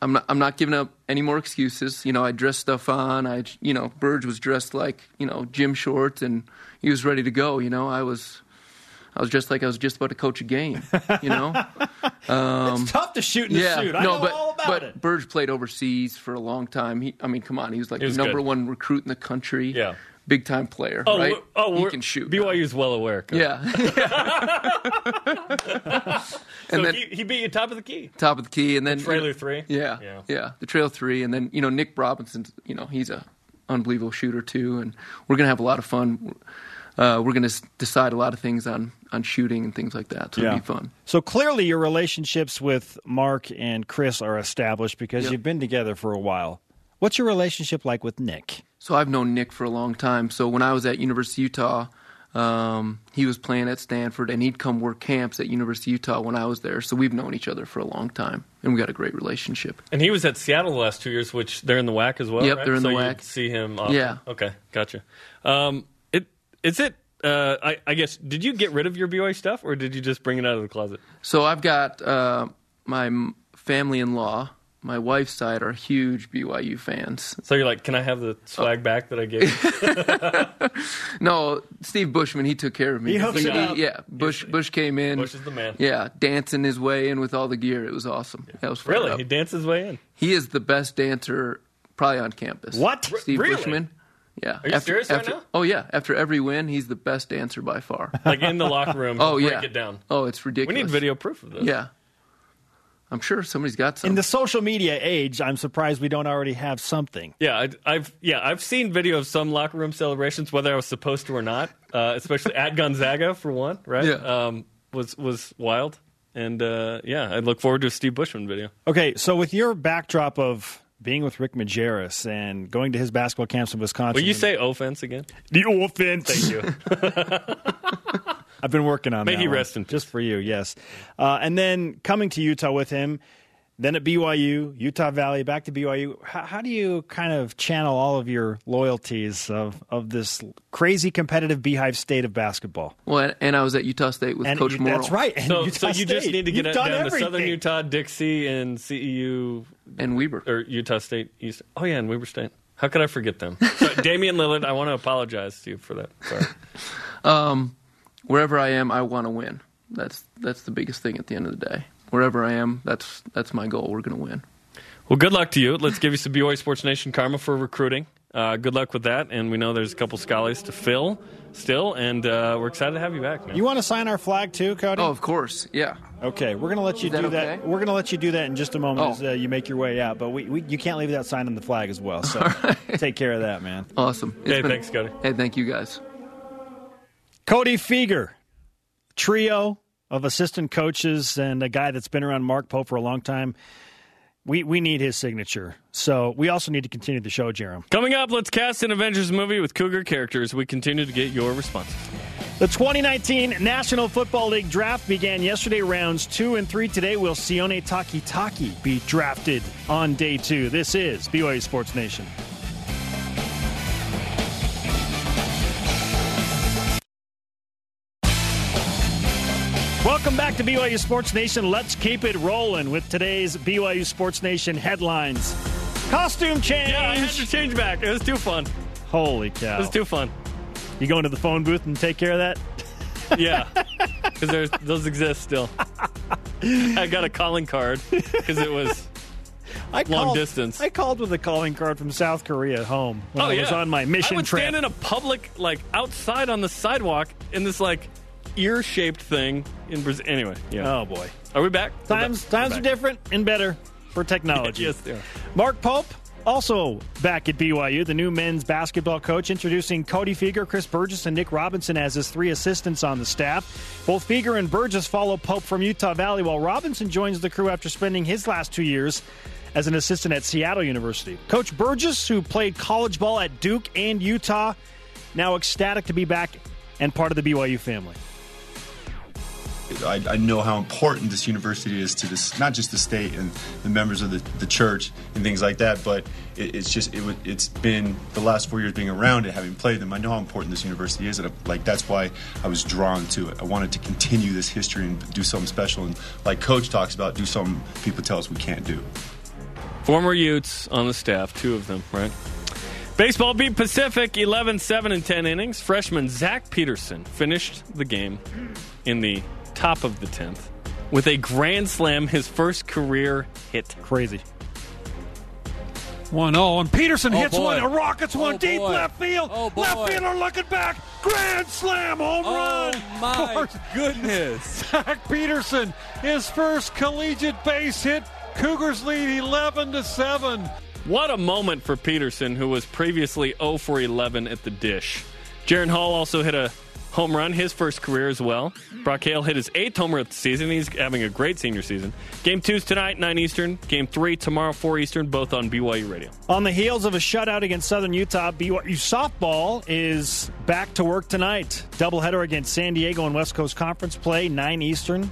[SPEAKER 9] I'm not. I'm not giving up any more excuses. You know, I dressed stuff on. I you know, Burge was dressed like you know gym shorts, and he was ready to go. You know, I was. I was dressed like I was just about to coach a game, you know. Um,
[SPEAKER 5] it's tough to shoot in the shoot. I know
[SPEAKER 9] but,
[SPEAKER 5] all about
[SPEAKER 9] but
[SPEAKER 5] it.
[SPEAKER 9] Burge played overseas for a long time. He, I mean, come on, he was like
[SPEAKER 6] He was
[SPEAKER 9] the number
[SPEAKER 6] good.
[SPEAKER 9] one recruit in the country.
[SPEAKER 6] Yeah.
[SPEAKER 9] big time player.
[SPEAKER 6] Oh,
[SPEAKER 9] right?
[SPEAKER 6] we're- oh,
[SPEAKER 9] he
[SPEAKER 6] we're-
[SPEAKER 9] can shoot.
[SPEAKER 6] BYU's well aware. Coach.
[SPEAKER 9] Yeah,
[SPEAKER 6] so
[SPEAKER 9] then-
[SPEAKER 6] he, he beat you top of the key.
[SPEAKER 9] top of the key, and then
[SPEAKER 6] Trailer three.
[SPEAKER 9] Yeah,
[SPEAKER 6] Yeah.
[SPEAKER 9] yeah, the trail three, and then you know Nick Robinson. You know he's a unbelievable shooter too, and we're gonna have a lot of fun. Uh, we're gonna s- decide a lot of things on on shooting and things like that. So it'll be fun.
[SPEAKER 5] So clearly, your relationships with Mark and Chris are established because
[SPEAKER 9] Yep.
[SPEAKER 5] you've been together for a while. What's your relationship like with Nick?
[SPEAKER 9] So I've known Nick for a long time. So when I was at University of Utah, um, he was playing at Stanford, and he'd come work camps at University of Utah when I was there. So we've known each other for a long time, and we got a great relationship.
[SPEAKER 6] And he was at Seattle the last two years, which they're in the whack as well.
[SPEAKER 9] Yep,
[SPEAKER 6] right?
[SPEAKER 9] they're in
[SPEAKER 6] so
[SPEAKER 9] the
[SPEAKER 6] you
[SPEAKER 9] WAC.
[SPEAKER 6] See him. Often.
[SPEAKER 9] Yeah.
[SPEAKER 6] Okay. Gotcha. Um, it is it. Uh, I, I guess did you get rid of your BYU stuff or did you just bring it out of the closet?
[SPEAKER 9] So I've got uh, my m- family-in-law, my wife's side are huge BYU fans.
[SPEAKER 6] So you're like, can I have the swag back that I gave? you?
[SPEAKER 9] No, Steve Bushman, he took care of me.
[SPEAKER 5] He hooked
[SPEAKER 6] it up.
[SPEAKER 9] Yeah, Bush Bush came in.
[SPEAKER 6] Bush is the man.
[SPEAKER 9] Yeah, dancing his way in with all the gear. It was awesome. That was fired
[SPEAKER 6] really?
[SPEAKER 9] up.
[SPEAKER 6] He danced his way in.
[SPEAKER 9] He is the best dancer probably on campus.
[SPEAKER 5] What?
[SPEAKER 9] Steve
[SPEAKER 6] Really?
[SPEAKER 9] Bushman. Yeah.
[SPEAKER 6] Are you serious right
[SPEAKER 9] after,
[SPEAKER 6] now?
[SPEAKER 9] Oh yeah. After every win, he's the best dancer by far.
[SPEAKER 6] Like in the locker room.
[SPEAKER 9] Oh
[SPEAKER 6] break
[SPEAKER 9] yeah.
[SPEAKER 6] it down.
[SPEAKER 9] Oh, it's
[SPEAKER 6] We
[SPEAKER 9] ridiculous.
[SPEAKER 6] need video proof of this.
[SPEAKER 9] Yeah. I'm sure somebody's got some.
[SPEAKER 6] Oh.
[SPEAKER 5] In the social media age, I'm surprised we don't already have something.
[SPEAKER 6] Yeah, I, have yeah I've seen video of some locker room celebrations, whether I was supposed to or not. Uh, especially at Gonzaga for one, right?
[SPEAKER 9] Yeah.
[SPEAKER 6] Um, was was wild, and uh, yeah, I look forward to a Steve Bushman video.
[SPEAKER 5] Okay, so with your backdrop of being with Rick Majerus and going to his basketball camps in Wisconsin,
[SPEAKER 6] Will you say offense again?
[SPEAKER 5] the offense? Thank you. I've been working on.
[SPEAKER 6] May
[SPEAKER 5] that
[SPEAKER 6] he
[SPEAKER 5] one.
[SPEAKER 6] rest in peace.
[SPEAKER 5] just for you. Yes, uh, and then coming to Utah with him, then at BYU, Utah Valley, back to BYU. How, how do you kind of channel all of your loyalties of of this crazy competitive beehive state of basketball?
[SPEAKER 9] well, and, and I was at Utah State with
[SPEAKER 5] And
[SPEAKER 9] Coach
[SPEAKER 5] you-
[SPEAKER 9] Morrill.
[SPEAKER 5] that's right. And
[SPEAKER 6] So,
[SPEAKER 5] Utah
[SPEAKER 6] so you just
[SPEAKER 5] State.
[SPEAKER 6] need to get
[SPEAKER 5] You've
[SPEAKER 6] it
[SPEAKER 5] done
[SPEAKER 6] down to Southern
[SPEAKER 5] everything.
[SPEAKER 6] Utah, Dixie, and CEU
[SPEAKER 9] And Weber.
[SPEAKER 6] or Utah State East. Oh yeah, and Weber State. How could I forget them? So, Damian Lillard, I want to apologize to you for that. Sorry.
[SPEAKER 9] Wherever I am, I want to win. That's that's the biggest thing at the end of the day. Wherever I am, that's that's my goal. We're gonna win.
[SPEAKER 6] Well, good luck to you. Let's give you some BYU Sports Nation karma for recruiting. Uh, good luck with that, and we know there's a couple scallies to fill still, and uh, we're excited to have you back. Man.
[SPEAKER 5] You want to sign our flag too, Cody?
[SPEAKER 9] Oh, of course. Yeah.
[SPEAKER 5] Okay, we're gonna let you
[SPEAKER 9] Is that
[SPEAKER 5] do
[SPEAKER 9] okay?
[SPEAKER 5] that. We're gonna let you do that in just a moment
[SPEAKER 9] Oh.
[SPEAKER 5] as uh, you make your way out. But we, we you can't leave without signing the flag as well. So take care of that, man.
[SPEAKER 9] Awesome. It's
[SPEAKER 6] Hey, thanks, Cody.
[SPEAKER 9] Hey, thank you guys.
[SPEAKER 5] Cody Feger, trio of assistant coaches and a guy that's been around Mark Pope for a long time. We we need his signature. So we also need to continue the show, Jerem.
[SPEAKER 6] Coming up, let's cast an Avengers movie with Cougar characters. We continue to get your responses.
[SPEAKER 5] The 2019 National Football League draft began yesterday, rounds two and three. Today, will Sione Takitaki be drafted on day two? This is BYU Sports Nation. Welcome back to BYU Sports Nation. Let's keep it rolling with today's BYU Sports Nation headlines. Costume change.
[SPEAKER 6] Yeah, I had to change back. It was too fun. It
[SPEAKER 5] Holy cow.
[SPEAKER 6] was too fun.
[SPEAKER 5] you going to the phone booth and take care of that?
[SPEAKER 6] Yeah, because those exist still. I got a calling card because it was.
[SPEAKER 5] I
[SPEAKER 6] Long distance.
[SPEAKER 5] I called with a calling card from South Korea home when
[SPEAKER 6] oh
[SPEAKER 5] I
[SPEAKER 6] yeah,
[SPEAKER 5] was on my mission
[SPEAKER 6] I would
[SPEAKER 5] trip.
[SPEAKER 6] stand in a public, like outside on the sidewalk, in this like ear-shaped thing in Brazil. Anyway, yeah.
[SPEAKER 5] oh boy,
[SPEAKER 6] Are we back? We're
[SPEAKER 5] times
[SPEAKER 6] back.
[SPEAKER 5] times
[SPEAKER 6] We're
[SPEAKER 5] are
[SPEAKER 6] back.
[SPEAKER 5] different and better for technology.
[SPEAKER 6] Yes, they are.
[SPEAKER 5] Mark Pope also back at BYU, the new men's basketball coach, introducing Cody Feger, Chris Burgess, and Nick Robinson as his three assistants on the staff. Both Feger and Burgess follow Pope from Utah Valley, while Robinson joins the crew after spending his last two years as an assistant at Seattle University. Coach Burgess, who played college ball at Duke and Utah, now ecstatic to be back and part of the BYU family.
[SPEAKER 7] I, I know how important this university is to this, not just the state and the members of the, the church and things like that, but it, it's just it, would- it's been the last four years being around it, having played them. I know how important this university is, and I, like that's why I was drawn to it. I wanted to continue this history and do something special, and like Coach talks about, do something people tell us we can't do.
[SPEAKER 6] Former Utes on the staff, two of them, right? Baseball beat Pacific 11 7 and 10 innings. Freshman Zach Peterson finished the game in the top of the 10th with a grand slam, his first career hit.
[SPEAKER 5] Crazy.
[SPEAKER 2] 1 0, and Peterson
[SPEAKER 10] Oh,
[SPEAKER 2] hits
[SPEAKER 10] boy.
[SPEAKER 2] one, and rockets one
[SPEAKER 10] Oh,
[SPEAKER 2] deep
[SPEAKER 10] boy.
[SPEAKER 2] left field.
[SPEAKER 10] Oh, boy.
[SPEAKER 2] left fielder looking back. Grand slam, home
[SPEAKER 10] Oh
[SPEAKER 2] run.
[SPEAKER 10] my
[SPEAKER 2] for
[SPEAKER 10] goodness.
[SPEAKER 2] Zach Peterson, his first collegiate base hit. Cougars lead 11 to 7.
[SPEAKER 6] What a moment for Peterson, who was previously 0 for 11 at the dish. Jaron Hall also hit a home run, his first career as well. Brock Hale hit his eighth homer of the season. He's having a great senior season. Game two's tonight, 9 Eastern. Game three tomorrow, 4 Eastern, both on BYU Radio.
[SPEAKER 5] On the heels of a shutout against Southern Utah, BYU softball is back to work tonight. Doubleheader against San Diego and West Coast Conference play, 9 Eastern,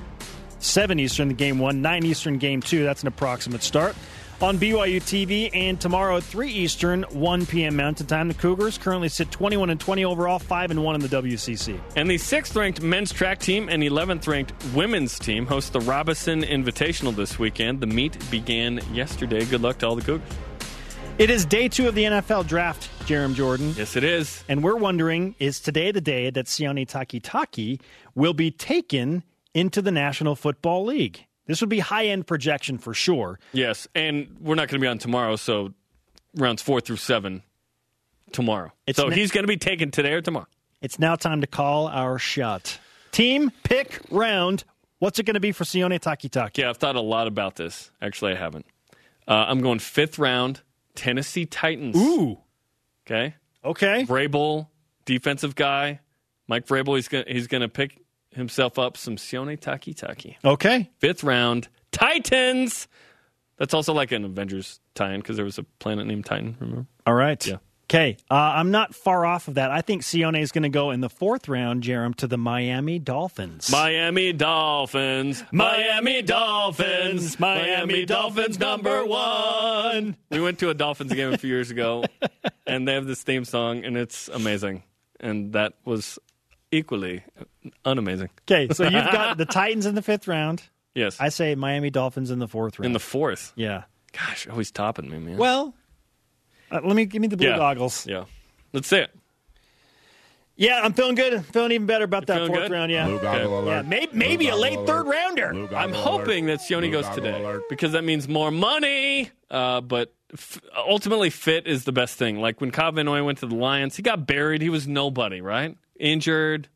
[SPEAKER 5] 7 Eastern, the game one, 9 Eastern, game two. That's an approximate start. On BYU TV and tomorrow at 3 Eastern, 1 p.m. Mountain Time. The Cougars currently sit 21 and 20 overall, 5 and 1 in the WCC.
[SPEAKER 6] And the sixth ranked men's track team and 11th ranked women's team host the Robinson Invitational this weekend. The meet began yesterday. Good luck to all the Cougars.
[SPEAKER 5] It is day two of the NFL draft, Jerem Jordan.
[SPEAKER 6] Yes, it is.
[SPEAKER 5] And we're wondering is today the day that Sione Takitaki will be taken into the National Football League? This would be high end projection for sure.
[SPEAKER 6] Yes, and we're not going to be on tomorrow, so rounds four through seven tomorrow.
[SPEAKER 5] It's
[SPEAKER 6] so
[SPEAKER 5] ne-
[SPEAKER 6] he's going to be taken today or tomorrow.
[SPEAKER 5] It's now time to call our shot. Team pick round. What's it going to be for Sione Takitaki?
[SPEAKER 6] Yeah, I've thought a lot about this. Actually, I haven't. Uh, I'm going fifth round, Tennessee Titans.
[SPEAKER 5] Ooh.
[SPEAKER 6] Okay.
[SPEAKER 5] Okay.
[SPEAKER 6] Vrabel, defensive guy. Mike Vrabel, he's going to he's gonna pick himself up some Sione Takitaki.
[SPEAKER 5] Okay.
[SPEAKER 6] fifth round Titans. That's also like an Avengers tie-in because there was a planet named Titan. Remember?
[SPEAKER 5] All right.
[SPEAKER 6] Yeah.
[SPEAKER 5] Okay. Uh, I'm not far off of that. I think Sione is going to go in the fourth round, Jerem, to the Miami Dolphins.
[SPEAKER 6] Miami Dolphins. Miami Dolphins. Miami Dolphins number one. We went to a Dolphins game a few years ago, and they have this theme song, and it's amazing. And that was equally unamazing.
[SPEAKER 5] Okay. So you've got the Titans in the fifth round.
[SPEAKER 6] Yes.
[SPEAKER 5] I say Miami Dolphins in the fourth round.
[SPEAKER 6] in the fourth.
[SPEAKER 5] yeah.
[SPEAKER 6] Gosh, always topping me, man.
[SPEAKER 5] Well, uh, let me give me the blue
[SPEAKER 6] Yeah.
[SPEAKER 5] goggles.
[SPEAKER 6] Yeah. Let's see it.
[SPEAKER 5] Yeah, I'm feeling good. I'm feeling even better about that
[SPEAKER 6] feeling
[SPEAKER 5] fourth
[SPEAKER 6] good?
[SPEAKER 5] round. Yeah,
[SPEAKER 6] Okay.
[SPEAKER 5] yeah, maybe, maybe a late third rounder.
[SPEAKER 6] I'm hoping that Sione goes today because that means more money. Uh, but f- ultimately fit is the best thing. Like when Cobb Vanoy went to the Lions, he got buried. He was nobody, right? Injured,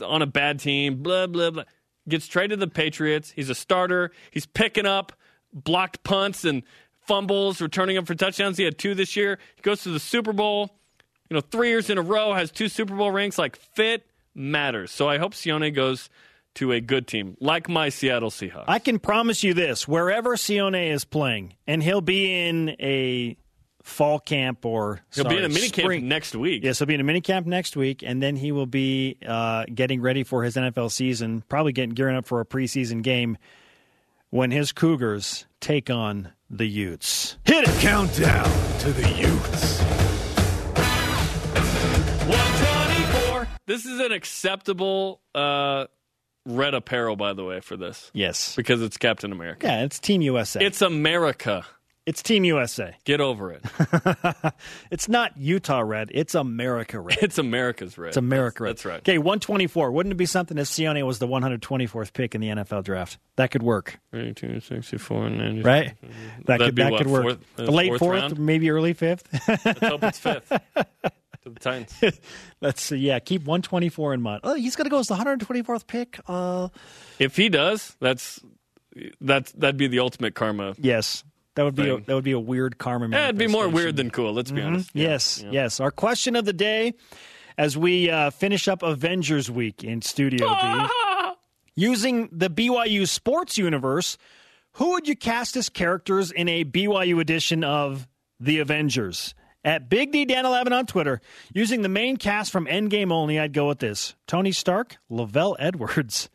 [SPEAKER 6] on a bad team, blah, blah, blah. Gets traded to the Patriots. He's a starter. He's picking up blocked punts and fumbles, returning them for touchdowns. He had two this year. He goes to the Super Bowl, you know, three years in a row, has two Super Bowl rings. Like, fit matters. So I hope Sione goes to a good team, like my Seattle Seahawks.
[SPEAKER 5] I can promise you this: wherever Sione is playing, and he'll be in a fall camp or
[SPEAKER 6] He'll be in a mini camp
[SPEAKER 5] spring.
[SPEAKER 6] next week.
[SPEAKER 5] Yes, he'll be in a mini camp next week, and then he will be uh, getting ready for his NFL season. Probably getting gearing up for a preseason game when his Cougars take on the Utes. Hit it!
[SPEAKER 4] Countdown to the Utes.
[SPEAKER 6] 124. This is an acceptable uh, red apparel, by the way, for this
[SPEAKER 5] Yes.
[SPEAKER 6] because it's Captain America.
[SPEAKER 5] Yeah, it's Team USA.
[SPEAKER 6] It's America.
[SPEAKER 5] it's Team USA.
[SPEAKER 6] Get over it.
[SPEAKER 5] It's not Utah red. It's America red.
[SPEAKER 6] It's America's red.
[SPEAKER 5] It's America red.
[SPEAKER 6] That's right.
[SPEAKER 5] Okay, 124. Wouldn't it be something if Sione was the 124th pick in the NFL draft? That could work,
[SPEAKER 6] 32, 64, 90.
[SPEAKER 5] right? That
[SPEAKER 6] That'd
[SPEAKER 5] could
[SPEAKER 6] be
[SPEAKER 5] that
[SPEAKER 6] what,
[SPEAKER 5] could work.
[SPEAKER 6] fourth- uh,
[SPEAKER 5] Late
[SPEAKER 6] fourth
[SPEAKER 5] fourth,
[SPEAKER 6] round?
[SPEAKER 5] maybe early fifth.
[SPEAKER 6] Let's hope it's fifth. to the Titans.
[SPEAKER 5] Let's see. Yeah, keep 124 in mind. Oh, he's going to go as the 124th pick. Uh,
[SPEAKER 6] If he does, that's that's that'd be the ultimate karma.
[SPEAKER 5] yes, that would be a,
[SPEAKER 6] Thing.
[SPEAKER 5] that would be a weird karma.
[SPEAKER 6] That'd be more
[SPEAKER 5] manifestation.
[SPEAKER 6] weird than cool. Let's
[SPEAKER 5] Mm-hmm.
[SPEAKER 6] be honest. Yeah.
[SPEAKER 5] Yes, yes. Our question of the day, as we uh, finish up Avengers Week in Studio D, using the BYU sports universe, who would you cast as characters in a BYU edition of The Avengers? At Big D Dan 11 on Twitter, using the main cast from Endgame only, I'd go with this: Tony Stark, Lavelle Edwards,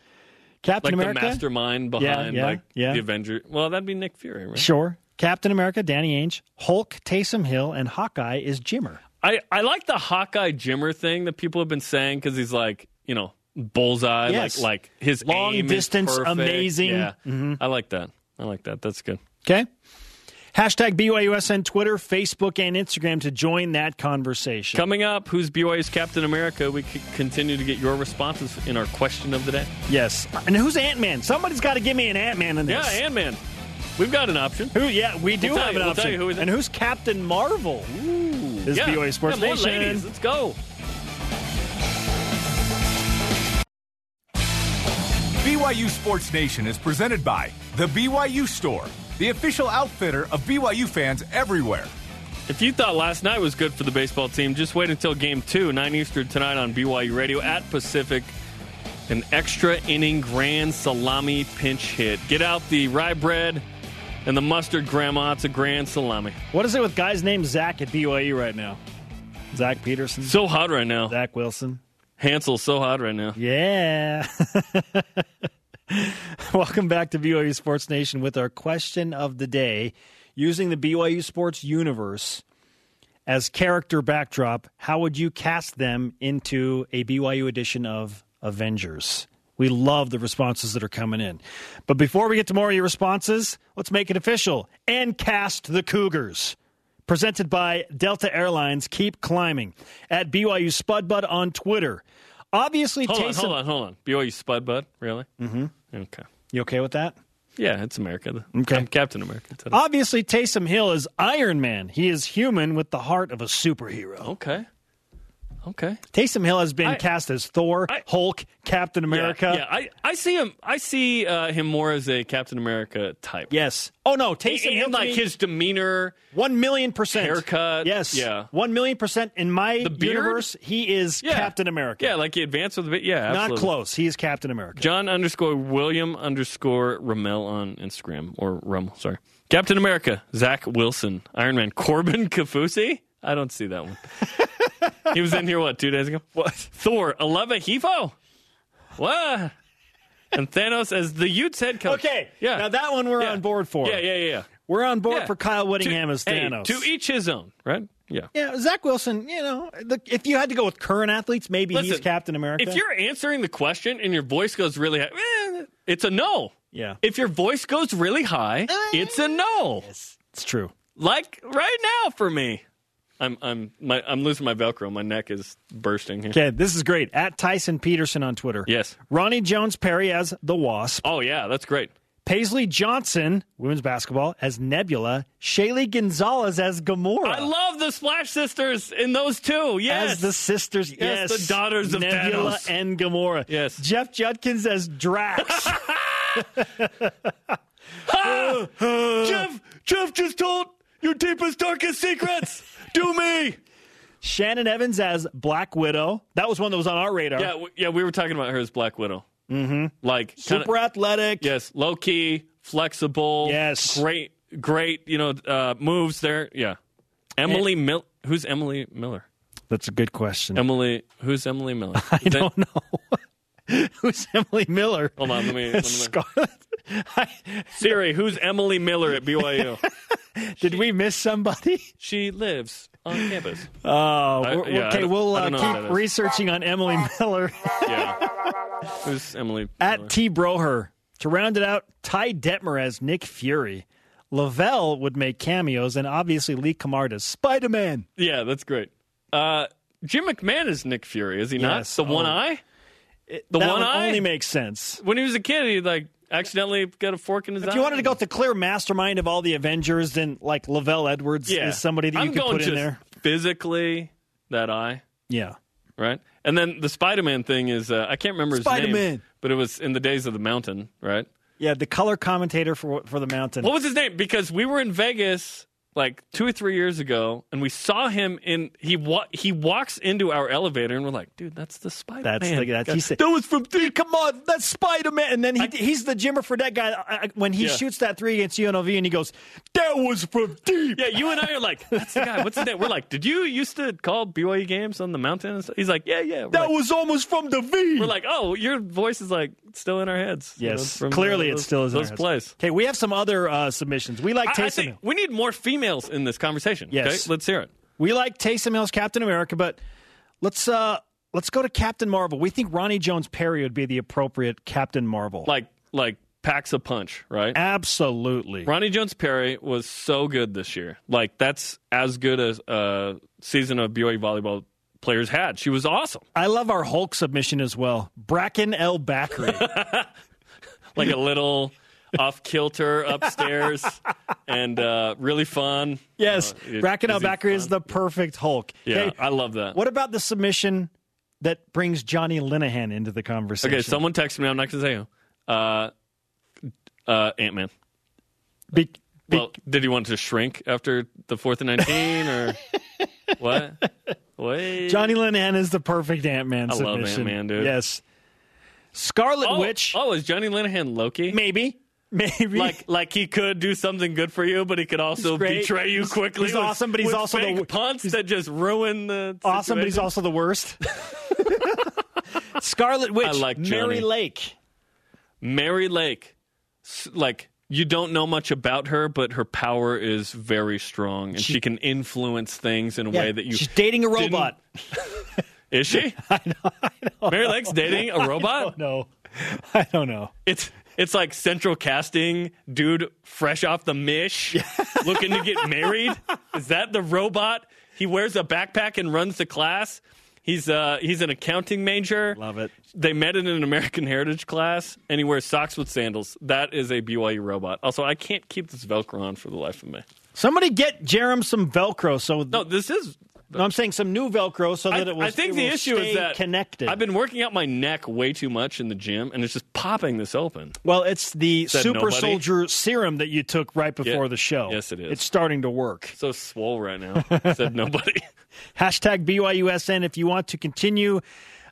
[SPEAKER 5] Captain
[SPEAKER 6] Like
[SPEAKER 5] America,
[SPEAKER 6] the mastermind behind
[SPEAKER 5] yeah,
[SPEAKER 6] like
[SPEAKER 5] yeah.
[SPEAKER 6] the Avenger. Well, that'd be Nick Fury, right?
[SPEAKER 5] sure, Captain America, Danny Ainge, Hulk, Taysom Hill, and Hawkeye is Jimmer.
[SPEAKER 6] I, I like the Hawkeye Jimmer thing that people have been saying because he's like, you know, bullseye,
[SPEAKER 5] Yes.
[SPEAKER 6] like, like his
[SPEAKER 5] Long
[SPEAKER 6] aim is
[SPEAKER 5] distance,
[SPEAKER 6] perfect.
[SPEAKER 5] amazing. Mm-hmm.
[SPEAKER 6] Yeah. I like that. I like that. That's good.
[SPEAKER 5] Okay. Hashtag BYUSN Twitter, Facebook, and Instagram to join that conversation.
[SPEAKER 6] Coming up, who's BYU's Captain America? We c- continue to get your responses in our question of the day.
[SPEAKER 5] Yes. And who's Ant Man? Somebody's got to give me an Ant Man in this.
[SPEAKER 6] Yeah, Ant Man. We've got an option.
[SPEAKER 5] Who? Yeah, we do
[SPEAKER 6] We'll tell
[SPEAKER 5] have
[SPEAKER 6] you-
[SPEAKER 5] an
[SPEAKER 6] we'll
[SPEAKER 5] option.
[SPEAKER 6] tell you who is it.
[SPEAKER 5] and who's Captain Marvel? This is
[SPEAKER 6] yeah.
[SPEAKER 5] BYU Sports
[SPEAKER 6] yeah, more
[SPEAKER 5] Nation.
[SPEAKER 6] ladies. Let's go.
[SPEAKER 4] BYU Sports Nation is presented by The BYU Store, the official outfitter of BYU fans everywhere.
[SPEAKER 6] If you thought last night was good for the baseball team, just wait until game two, 9 Eastern tonight on BYU Radio at Pacific. An extra inning grand salami pinch hit. Get out the rye bread and the mustard, Grandma. It's a grand salami.
[SPEAKER 5] What is it with guys named Zach at BYU right now? Zach Peterson,
[SPEAKER 6] So hot right now.
[SPEAKER 5] Zach Wilson.
[SPEAKER 6] Hansel's so hot right now.
[SPEAKER 5] Yeah. Welcome back to BYU Sports Nation with our question of the day. Using the BYU Sports universe as character backdrop, how would you cast them into a BYU edition of Avengers? We love the responses that are coming in. But before we get to more of your responses, let's make it official and cast the Cougars presented by Delta Airlines. Keep climbing at BYU Spudbud on Twitter. Obviously,
[SPEAKER 6] Hold on,
[SPEAKER 5] Taysom.
[SPEAKER 6] hold on, hold on. BYU Spud Bud? Really? Mm
[SPEAKER 5] Mm-hmm.
[SPEAKER 6] hmm. Okay.
[SPEAKER 5] You okay with that?
[SPEAKER 6] Yeah, it's America.
[SPEAKER 5] Okay. Oh.
[SPEAKER 6] I'm Captain America today.
[SPEAKER 5] Obviously, Taysom Hill is Iron Man. He is human with the heart of a superhero.
[SPEAKER 6] okay. Okay.
[SPEAKER 5] Taysom Hill has been
[SPEAKER 6] Oh. I-
[SPEAKER 5] cast as Thor,
[SPEAKER 6] I-
[SPEAKER 5] Hulk, Captain America.
[SPEAKER 6] Yeah, yeah. I, I see him. I see uh, him more as a Captain America type.
[SPEAKER 5] Yes. Oh no, Taysom
[SPEAKER 6] and,
[SPEAKER 5] Hill.
[SPEAKER 6] and
[SPEAKER 5] to
[SPEAKER 6] like
[SPEAKER 5] me,
[SPEAKER 6] his demeanor.
[SPEAKER 5] one million percent
[SPEAKER 6] haircut,
[SPEAKER 5] Yes.
[SPEAKER 6] yeah.
[SPEAKER 5] One million percent in my
[SPEAKER 6] The beard?
[SPEAKER 5] universe. He is
[SPEAKER 6] Yeah.
[SPEAKER 5] Captain America.
[SPEAKER 6] Yeah, like he advanced with a bit. Yeah,
[SPEAKER 5] Not
[SPEAKER 6] absolutely.
[SPEAKER 5] close. He is Captain America.
[SPEAKER 6] John underscore William underscore Ramel on Instagram or Rummel. Sorry, Captain America. Zach Wilson, Iron Man. Corbin Kafusi. I don't see that one. he was in here what two days ago? What? Thor, Aleva Hifo. What? And Thanos as the Utes head coach.
[SPEAKER 5] Okay.
[SPEAKER 6] Yeah.
[SPEAKER 5] Now that one we're
[SPEAKER 6] Yeah.
[SPEAKER 5] on board for.
[SPEAKER 6] Yeah, yeah, yeah.
[SPEAKER 5] We're on board
[SPEAKER 6] Yeah.
[SPEAKER 5] for Kyle Whittingham
[SPEAKER 6] To-
[SPEAKER 5] as
[SPEAKER 6] hey,
[SPEAKER 5] Thanos.
[SPEAKER 6] to e- each his own, right? Yeah.
[SPEAKER 5] Yeah, Zach Wilson. You know, the, if you had to go with current athletes, maybe he's
[SPEAKER 6] Listen,
[SPEAKER 5] Captain America.
[SPEAKER 6] If you're answering the question and your voice goes really high, eh, it's a no.
[SPEAKER 5] yeah,
[SPEAKER 6] If your voice goes really high, it's a no.
[SPEAKER 5] it's true.
[SPEAKER 6] Like right now for me. I'm I'm my I'm losing my velcro. My neck is bursting here.
[SPEAKER 5] Okay, this is great. At Tyson Peterson on Twitter.
[SPEAKER 6] Yes.
[SPEAKER 5] Ronnie Jones Perry as the Wasp.
[SPEAKER 6] Oh yeah, that's great.
[SPEAKER 5] Paisley Johnson, women's basketball, as Nebula. Shaylee Gonzalez as Gamora.
[SPEAKER 6] I love the Splash Sisters in those two. Yes.
[SPEAKER 5] As the sisters, yes,
[SPEAKER 6] Yes, the daughters of
[SPEAKER 5] Nebula
[SPEAKER 6] Thanos.
[SPEAKER 5] and Gamora.
[SPEAKER 6] Yes.
[SPEAKER 5] Jeff Judkins as Drax.
[SPEAKER 6] Ah! Jeff, Jeff just told your deepest, darkest secrets to me.
[SPEAKER 5] Shannon Evans as Black Widow. That was one that was on our radar.
[SPEAKER 6] Yeah, w- yeah, we were talking about her as Black Widow. Mm-hmm. Like kinda-
[SPEAKER 5] Super athletic.
[SPEAKER 6] yes, low key, flexible.
[SPEAKER 5] Yes.
[SPEAKER 6] great, great. You know, uh, moves there. Yeah, Emily Mil- Who's Emily Miller?
[SPEAKER 5] That's a good question.
[SPEAKER 6] Emily. Who's Emily Miller?
[SPEAKER 5] I don't know. Who's Emily Miller?
[SPEAKER 6] Hold on, let me. Let me look.
[SPEAKER 5] Scarlet. I-
[SPEAKER 6] Siri, who's Emily Miller at BYU?
[SPEAKER 5] did we miss somebody?
[SPEAKER 6] she lives on campus.
[SPEAKER 5] Oh,
[SPEAKER 6] I-
[SPEAKER 5] we're-
[SPEAKER 6] yeah, I
[SPEAKER 5] okay.
[SPEAKER 6] don't-
[SPEAKER 5] We'll
[SPEAKER 6] I don't know
[SPEAKER 5] uh,
[SPEAKER 6] who that
[SPEAKER 5] keep
[SPEAKER 6] is.
[SPEAKER 5] researching on Emily Miller
[SPEAKER 6] Yeah. who's Emily? Miller?
[SPEAKER 5] at T Broher to round it out. Ty Detmer as Nick Fury. Lavelle would make cameos, and obviously Lee Kamard as Spider Man.
[SPEAKER 6] yeah, that's great. Uh, Jim McMahon is Nick Fury, is he
[SPEAKER 5] Yes,
[SPEAKER 6] not? The one
[SPEAKER 5] oh.
[SPEAKER 6] eye. The
[SPEAKER 5] that
[SPEAKER 6] one
[SPEAKER 5] would
[SPEAKER 6] eye?
[SPEAKER 5] only makes sense.
[SPEAKER 6] When he was a kid, he like accidentally got a fork in his eye.
[SPEAKER 5] If you wanted to go with the clear mastermind of all the Avengers, then like Lavelle Edwards is somebody that you
[SPEAKER 6] I'm
[SPEAKER 5] could
[SPEAKER 6] going
[SPEAKER 5] put
[SPEAKER 6] just
[SPEAKER 5] in there.
[SPEAKER 6] Physically, that eye,
[SPEAKER 5] Yeah.
[SPEAKER 6] right? And then the Spider-Man thing is uh, I can't remember his name,
[SPEAKER 5] Spider-Man.
[SPEAKER 6] but it was in the days of the Mountain, right?
[SPEAKER 5] Yeah, the color commentator for for the mountain.
[SPEAKER 6] What was his name? Because we were in Vegas like two or three years ago, and we saw him in he wa- he walks into our elevator, and we're like, dude, that's the Spider-Man.
[SPEAKER 5] That's the that's he said.
[SPEAKER 6] that was from
[SPEAKER 5] Dude, come on, that's Spider Man. And then he, he's the Jimmer Fredette guy. I, I- when he
[SPEAKER 6] Yeah.
[SPEAKER 5] shoots that three against UNLV, and he goes, "That was from deep."
[SPEAKER 6] Yeah, you and I are like, that's the guy. What's his name? We're like, did you used to call BYU games on the mountain? And stuff? He's like, yeah, yeah. We're
[SPEAKER 5] that
[SPEAKER 6] like,
[SPEAKER 5] was almost from the V.
[SPEAKER 6] we're like, oh, your voice is like still in our heads. you
[SPEAKER 5] yes,
[SPEAKER 6] know, from,
[SPEAKER 5] clearly
[SPEAKER 6] uh,
[SPEAKER 5] it
[SPEAKER 6] those-
[SPEAKER 5] still is in
[SPEAKER 6] those
[SPEAKER 5] our heads.
[SPEAKER 6] plays.
[SPEAKER 5] Okay, we have some other uh, submissions. We like
[SPEAKER 6] I, I
[SPEAKER 5] Taysom.
[SPEAKER 6] think
[SPEAKER 5] Hill.
[SPEAKER 6] we need more females in this conversation.
[SPEAKER 5] Yes.
[SPEAKER 6] okay? let's hear it.
[SPEAKER 5] We like Taysom Hill's Captain America, but let's uh let's go to Captain Marvel. We think Ronnie Jones Perry would be the appropriate Captain Marvel.
[SPEAKER 6] Like like packs a punch, right?
[SPEAKER 5] Absolutely.
[SPEAKER 6] Ronnie Jones Perry was so good this year. Like that's as good as a season of BYU volleyball players had. She was awesome,
[SPEAKER 5] I love our Hulk submission as well. Bracken L. Backery.
[SPEAKER 6] like a little off kilter upstairs, and uh, really fun.
[SPEAKER 5] yes,
[SPEAKER 6] Uh, is-
[SPEAKER 5] Bracken L.
[SPEAKER 6] is he
[SPEAKER 5] Backery is
[SPEAKER 6] fun?
[SPEAKER 5] the perfect Hulk.
[SPEAKER 6] Yeah,
[SPEAKER 5] Okay,
[SPEAKER 6] I love that.
[SPEAKER 5] what about the submission that brings Johnny Linehan into the conversation?
[SPEAKER 6] Okay, someone texted me. I'm not going to say who. Uh, uh, Ant Man.
[SPEAKER 5] Be- be-
[SPEAKER 6] Well, did he want to shrink after the fourth and nineteen or what? Wait.
[SPEAKER 5] Johnny Linehan is the perfect Ant Man
[SPEAKER 6] I love
[SPEAKER 5] submission.
[SPEAKER 6] Ant-Man, dude.
[SPEAKER 5] Yes. Scarlet
[SPEAKER 6] oh,
[SPEAKER 5] Witch.
[SPEAKER 6] Oh, is Johnny Linehan Loki?
[SPEAKER 5] Maybe. Maybe.
[SPEAKER 6] Like, like he could do something good for you, but he could also
[SPEAKER 5] He's great.
[SPEAKER 6] betray you quickly.
[SPEAKER 5] he's
[SPEAKER 6] with-
[SPEAKER 5] awesome, but he's
[SPEAKER 6] with
[SPEAKER 5] also the
[SPEAKER 6] fake
[SPEAKER 5] w-
[SPEAKER 6] punts that just ruin the.
[SPEAKER 5] awesome, but he's
[SPEAKER 6] situation.
[SPEAKER 5] also the worst. Scarlet Witch,
[SPEAKER 6] I like Johnny.
[SPEAKER 5] Mary Lake.
[SPEAKER 6] Mary Lake. s- Like you don't know much about her, but her power is very strong, and she, can influence things in a way that you
[SPEAKER 5] She's dating a
[SPEAKER 6] didn't-
[SPEAKER 5] robot.
[SPEAKER 6] Is she? I know. Mary Lake's dating a robot.
[SPEAKER 5] No, I don't know.
[SPEAKER 6] It's it's like central casting, dude, fresh off the mish, looking to get married. Is that the robot? He wears a backpack and runs to class. He's uh he's an accounting major.
[SPEAKER 5] Love it.
[SPEAKER 6] They met in an American Heritage class, and he wears socks with sandals. That is a BYU robot. Also, I can't keep this Velcro on for the life of me.
[SPEAKER 5] Somebody get Jerem some Velcro. So
[SPEAKER 6] No, this is
[SPEAKER 5] No, I'm saying some new Velcro so that
[SPEAKER 6] I,
[SPEAKER 5] it will.
[SPEAKER 6] I think
[SPEAKER 5] it
[SPEAKER 6] the
[SPEAKER 5] will
[SPEAKER 6] issue
[SPEAKER 5] stay
[SPEAKER 6] is that
[SPEAKER 5] connected.
[SPEAKER 6] I've been working out my neck way too much in the gym, and it's just popping this open.
[SPEAKER 5] well, it's the
[SPEAKER 6] Said
[SPEAKER 5] super
[SPEAKER 6] nobody.
[SPEAKER 5] soldier serum that you took right before
[SPEAKER 6] Yeah.
[SPEAKER 5] the show.
[SPEAKER 6] Yes, it is.
[SPEAKER 5] It's starting to work.
[SPEAKER 6] So swole right now. Said nobody.
[SPEAKER 5] Hashtag BYUSN if you want to continue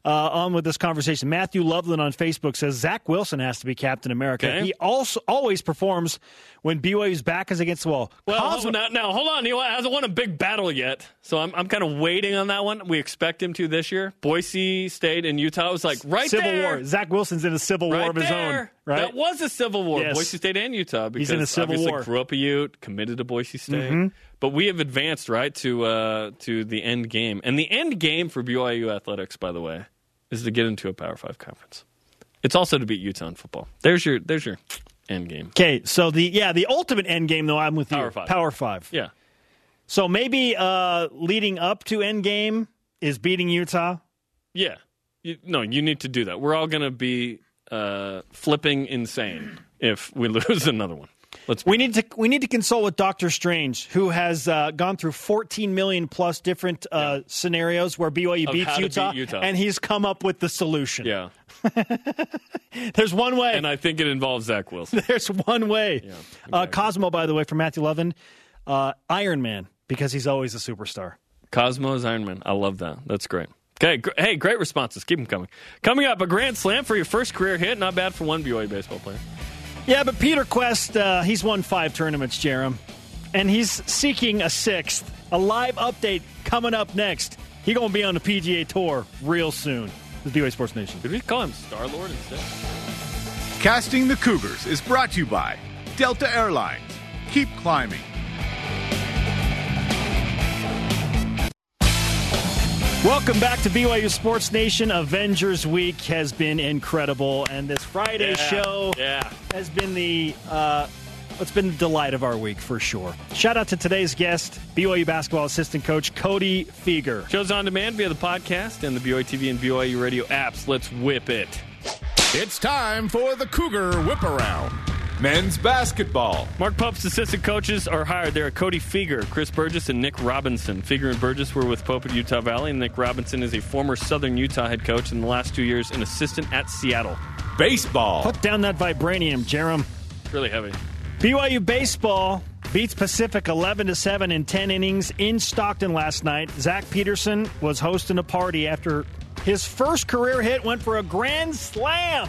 [SPEAKER 5] uh, on with this conversation. Matthew Loveland on Facebook says Zach Wilson has to be Captain America.
[SPEAKER 6] Okay.
[SPEAKER 5] He also always performs when BYU's back is against the wall.
[SPEAKER 6] Well,
[SPEAKER 5] Cosmo-
[SPEAKER 6] hold- now, now, hold on. He hasn't won a big battle yet, so I'm, I'm kind of waiting on that one. We expect him to this year. Boise State and Utah was like right
[SPEAKER 5] Civil
[SPEAKER 6] there.
[SPEAKER 5] War. Zach Wilson's in a civil
[SPEAKER 6] Right
[SPEAKER 5] war of his
[SPEAKER 6] there.
[SPEAKER 5] own. Right.
[SPEAKER 6] That was a civil war.
[SPEAKER 5] Yes.
[SPEAKER 6] Boise State and Utah. Because
[SPEAKER 5] in a civil
[SPEAKER 6] obviously
[SPEAKER 5] war. Mm-hmm.
[SPEAKER 6] Grew up a Ute, committed to Boise State, but we have advanced right to uh, to the end game. And the end game for BYU athletics, by the way, is to get into a Power Five conference. It's also to beat Utah in football. There's your there's your end game.
[SPEAKER 5] Okay, so the yeah the ultimate end game though I'm with you
[SPEAKER 6] Power five.
[SPEAKER 5] Power five.
[SPEAKER 6] Yeah.
[SPEAKER 5] So maybe uh, leading up to end game is beating Utah.
[SPEAKER 6] Yeah. You, no, you need to do that. We're all going to be uh, flipping insane if we lose another one. Let's
[SPEAKER 5] We need to we need to consult with Doctor Strange, who has uh, gone through 14 million plus different uh, scenarios where
[SPEAKER 6] Of
[SPEAKER 5] BYU
[SPEAKER 6] how
[SPEAKER 5] beats
[SPEAKER 6] to beat
[SPEAKER 5] Utah,
[SPEAKER 6] Utah.
[SPEAKER 5] and he's come up with the solution.
[SPEAKER 6] yeah,
[SPEAKER 5] There's one way.
[SPEAKER 6] and I think it involves Zach Wilson.
[SPEAKER 5] There's one way. uh, Cosmo, by the way, from Matthew Levin, uh, Iron Man, because he's always a superstar.
[SPEAKER 6] Cosmos Iron Man. I love that. That's great. Okay, gr- hey, great responses. Keep them coming. Coming up, a grand slam for your first career hit. Not bad for one BYU baseball player.
[SPEAKER 5] Yeah, but Peter Quest, uh, he's won five tournaments, Jerem, and he's seeking a sixth. A live update coming up next. He gonna be on the PGA Tour real soon. This is BYU Sports Nation.
[SPEAKER 6] Did we call him Star Lord instead?
[SPEAKER 4] Casting the Cougars is brought to you by Delta Airlines. Keep climbing.
[SPEAKER 5] Welcome back to BYU Sports Nation. Avengers Week has been incredible, and this Friday show
[SPEAKER 6] Yeah.
[SPEAKER 5] has been the uh, it's been the delight of our week for sure. Shout out to today's guest, BYU basketball assistant coach Cody Feger.
[SPEAKER 6] Shows on demand via the podcast and the BYU TV and BYU radio apps. Let's whip it.
[SPEAKER 4] It's time for the Cougar Whip Around. Men's basketball.
[SPEAKER 6] Mark Pope's assistant coaches are hired. There are Cody Feger, Chris Burgess, and Nick Robinson. Feger and Burgess were with Pope at Utah Valley, and Nick Robinson is a former Southern Utah head coach in the last two years, an assistant at Seattle.
[SPEAKER 4] Baseball.
[SPEAKER 5] Put down that vibranium, Jerem.
[SPEAKER 6] It's really heavy.
[SPEAKER 5] BYU baseball beats Pacific 11 to 7 in 10 innings in Stockton last night. Zach Peterson was hosting a party after his first career hit went for a grand slam.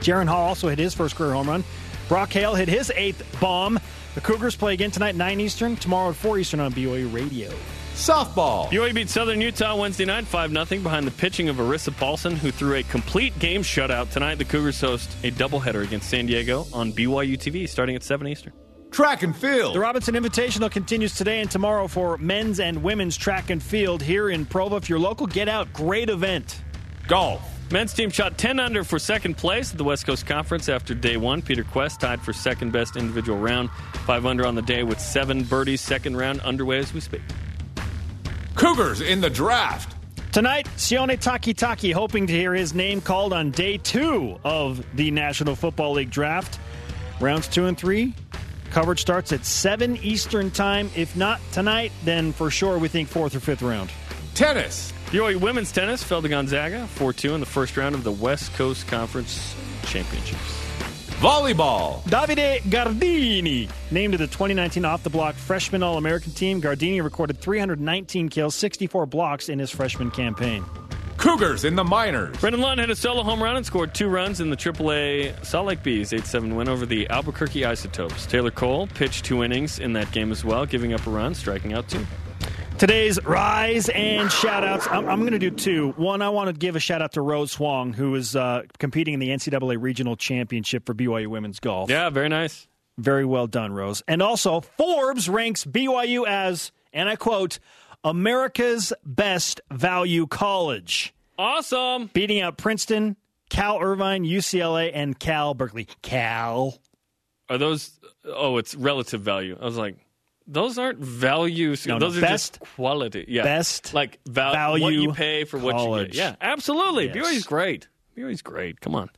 [SPEAKER 5] Jaron Hall also hit his first career home run. Brock Hale hit his eighth bomb. The Cougars play again tonight, 9 Eastern, tomorrow at 4 Eastern on BYU Radio.
[SPEAKER 4] Softball.
[SPEAKER 6] BYU E beat Southern Utah Wednesday night 5 0 behind the pitching of Arissa Paulson, who threw a complete game shutout. Tonight, the Cougars host a doubleheader against San Diego on BYU TV starting at 7 Eastern.
[SPEAKER 4] Track and
[SPEAKER 5] The
[SPEAKER 4] field.
[SPEAKER 5] Robinson Invitational continues today and tomorrow for men's and women's track and field here in Provo. If you're local, get out. Great event.
[SPEAKER 4] Golf.
[SPEAKER 6] Men's team shot 10 under for second place at the West Coast Conference after day one. Peter Quest tied for second best individual round, 5 under on the day with seven birdies. Second round underway as we speak.
[SPEAKER 4] Cougars in the draft.
[SPEAKER 5] Tonight, Sione Takitaki hoping to hear his name called on day two of the National Football League draft. Rounds two and three. Coverage starts at 7 Eastern Time. If not tonight, then for sure we think fourth or fifth round.
[SPEAKER 4] Tennis.
[SPEAKER 6] BYU women's tennis fell to Gonzaga 4 2 in the first round of the West Coast Conference Championships.
[SPEAKER 4] Volleyball.
[SPEAKER 5] Davide Gardini, named to the 2019 off the block freshman All American team, Gardini recorded 319 kills, 64 blocks in his freshman campaign.
[SPEAKER 4] Cougars in the minors.
[SPEAKER 6] Brendan Lund hit a solo home run and scored two runs in the AAA Salt Lake Bees 8 7 win over the Albuquerque Isotopes. Taylor Cole pitched two innings in that game as well, giving up a run, striking out two.
[SPEAKER 5] Today's rise and shout outs. I'm, I'm going to do two. One, I want to give a shout out to Rose Huang, who is uh, competing in the NCAA Regional Championship for BYU Women's Golf.
[SPEAKER 6] Yeah, very nice.
[SPEAKER 5] Very well done, Rose. And also, Forbes ranks BYU as, and I quote, America's best value college,
[SPEAKER 6] Awesome.
[SPEAKER 5] beating out Princeton, Cal Irvine, UCLA, and Cal Berkeley. Cal.
[SPEAKER 6] Are those? Oh, it's relative value. I was like, those aren't values.
[SPEAKER 5] No, no,
[SPEAKER 6] those are
[SPEAKER 5] best-
[SPEAKER 6] just quality. Yeah,
[SPEAKER 5] best
[SPEAKER 6] like val- What
[SPEAKER 5] value
[SPEAKER 6] you pay for what
[SPEAKER 5] college.
[SPEAKER 6] you get. Yeah, absolutely.
[SPEAKER 5] Yes.
[SPEAKER 6] BYU's great. BYU's great. Come on.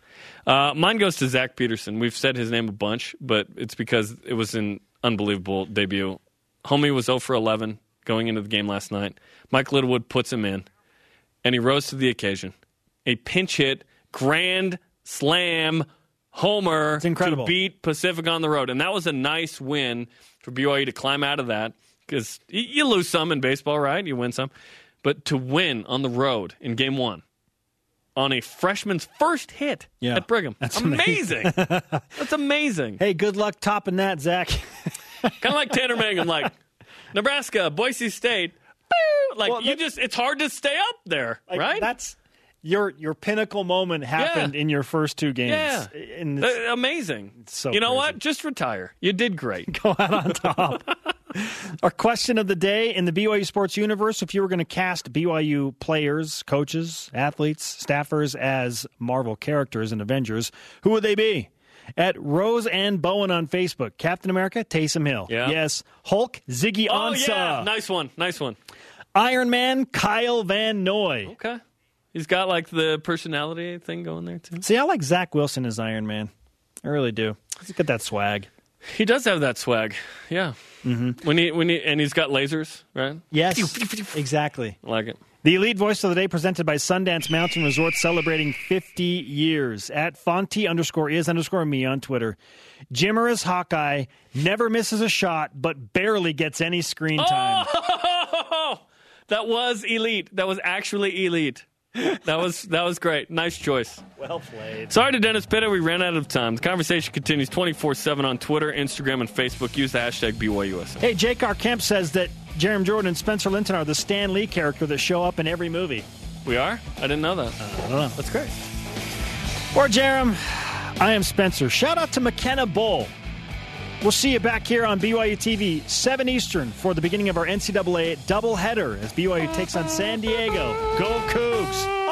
[SPEAKER 6] Uh, mine goes to Zach Peterson. We've said his name a bunch, but it's because it was an unbelievable debut. Homie was 0 for 11 going into the game last night. Mike Littlewood puts him in, and he rose to the occasion. A pinch hit, grand slam, homer
[SPEAKER 5] It's incredible.
[SPEAKER 6] to beat Pacific on the road, and that was a nice win for BYU to climb out of that because you, you lose some in baseball, right? You win some, but to win on the road in Game One on a freshman's first hit
[SPEAKER 5] Yeah.
[SPEAKER 6] at Brigham,
[SPEAKER 5] That's
[SPEAKER 6] amazing. That's amazing.
[SPEAKER 5] Hey, good luck topping that, Zach.
[SPEAKER 6] Kind of like Tanner Mangum, like Nebraska, Boise State. Boo! Like
[SPEAKER 5] Well,
[SPEAKER 6] you
[SPEAKER 5] that-
[SPEAKER 6] just—it's hard to stay up there,
[SPEAKER 5] Like,
[SPEAKER 6] right?
[SPEAKER 5] That's your your pinnacle moment happened in your first two games.
[SPEAKER 6] Yeah.
[SPEAKER 5] And it's-
[SPEAKER 6] Uh, amazing.
[SPEAKER 5] so
[SPEAKER 6] you know
[SPEAKER 5] crazy.
[SPEAKER 6] what? Just retire. You did great.
[SPEAKER 5] go out on top. Our question of the day in the BYU sports universe if you were going to cast BYU players, coaches, athletes, staffers as Marvel characters and Avengers, who would they be? At Rose and Bowen on Facebook, Captain America, Taysom Hill.
[SPEAKER 6] Yeah.
[SPEAKER 5] Yes. Hulk, Ziggy
[SPEAKER 6] Oh
[SPEAKER 5] Ansah.
[SPEAKER 6] yeah, nice one, nice one.
[SPEAKER 5] Iron Man, Kyle Van Noy.
[SPEAKER 6] Okay, He's got like the personality thing going there too.
[SPEAKER 5] See, I like Zach Wilson as Iron Man. I really do. He's got that swag.
[SPEAKER 6] He does have that swag. Yeah. Mm-hmm. When he when he and he's got lasers, right?
[SPEAKER 5] Yes, exactly.
[SPEAKER 6] I like it.
[SPEAKER 5] The Elite Voice of the Day presented by Sundance Mountain Resort celebrating 50 years at Fonte underscore is underscore me on Twitter. Jimmerous Hawkeye never misses a shot but barely gets any screen time.
[SPEAKER 6] Oh, That was elite. That was actually elite. That was that was great. Nice choice.
[SPEAKER 5] Well played.
[SPEAKER 6] Sorry to Dennis Pitta, we ran out of time. The conversation continues 24-7 on Twitter, Instagram, and Facebook. Use the hashtag BYUSN.
[SPEAKER 5] Hey, Jake R. Kemp says that Jerem Jordan and Spencer Linton are the Stan Lee character that show up in every movie.
[SPEAKER 6] We are? I didn't know that. That's great.
[SPEAKER 5] Or Jerem, I am Spencer. Shout out to McKenna Bull. We'll see you back here on BYU TV, 7 Eastern, for the beginning of our NCAA doubleheader as BYU takes on San Diego. Go Cougs!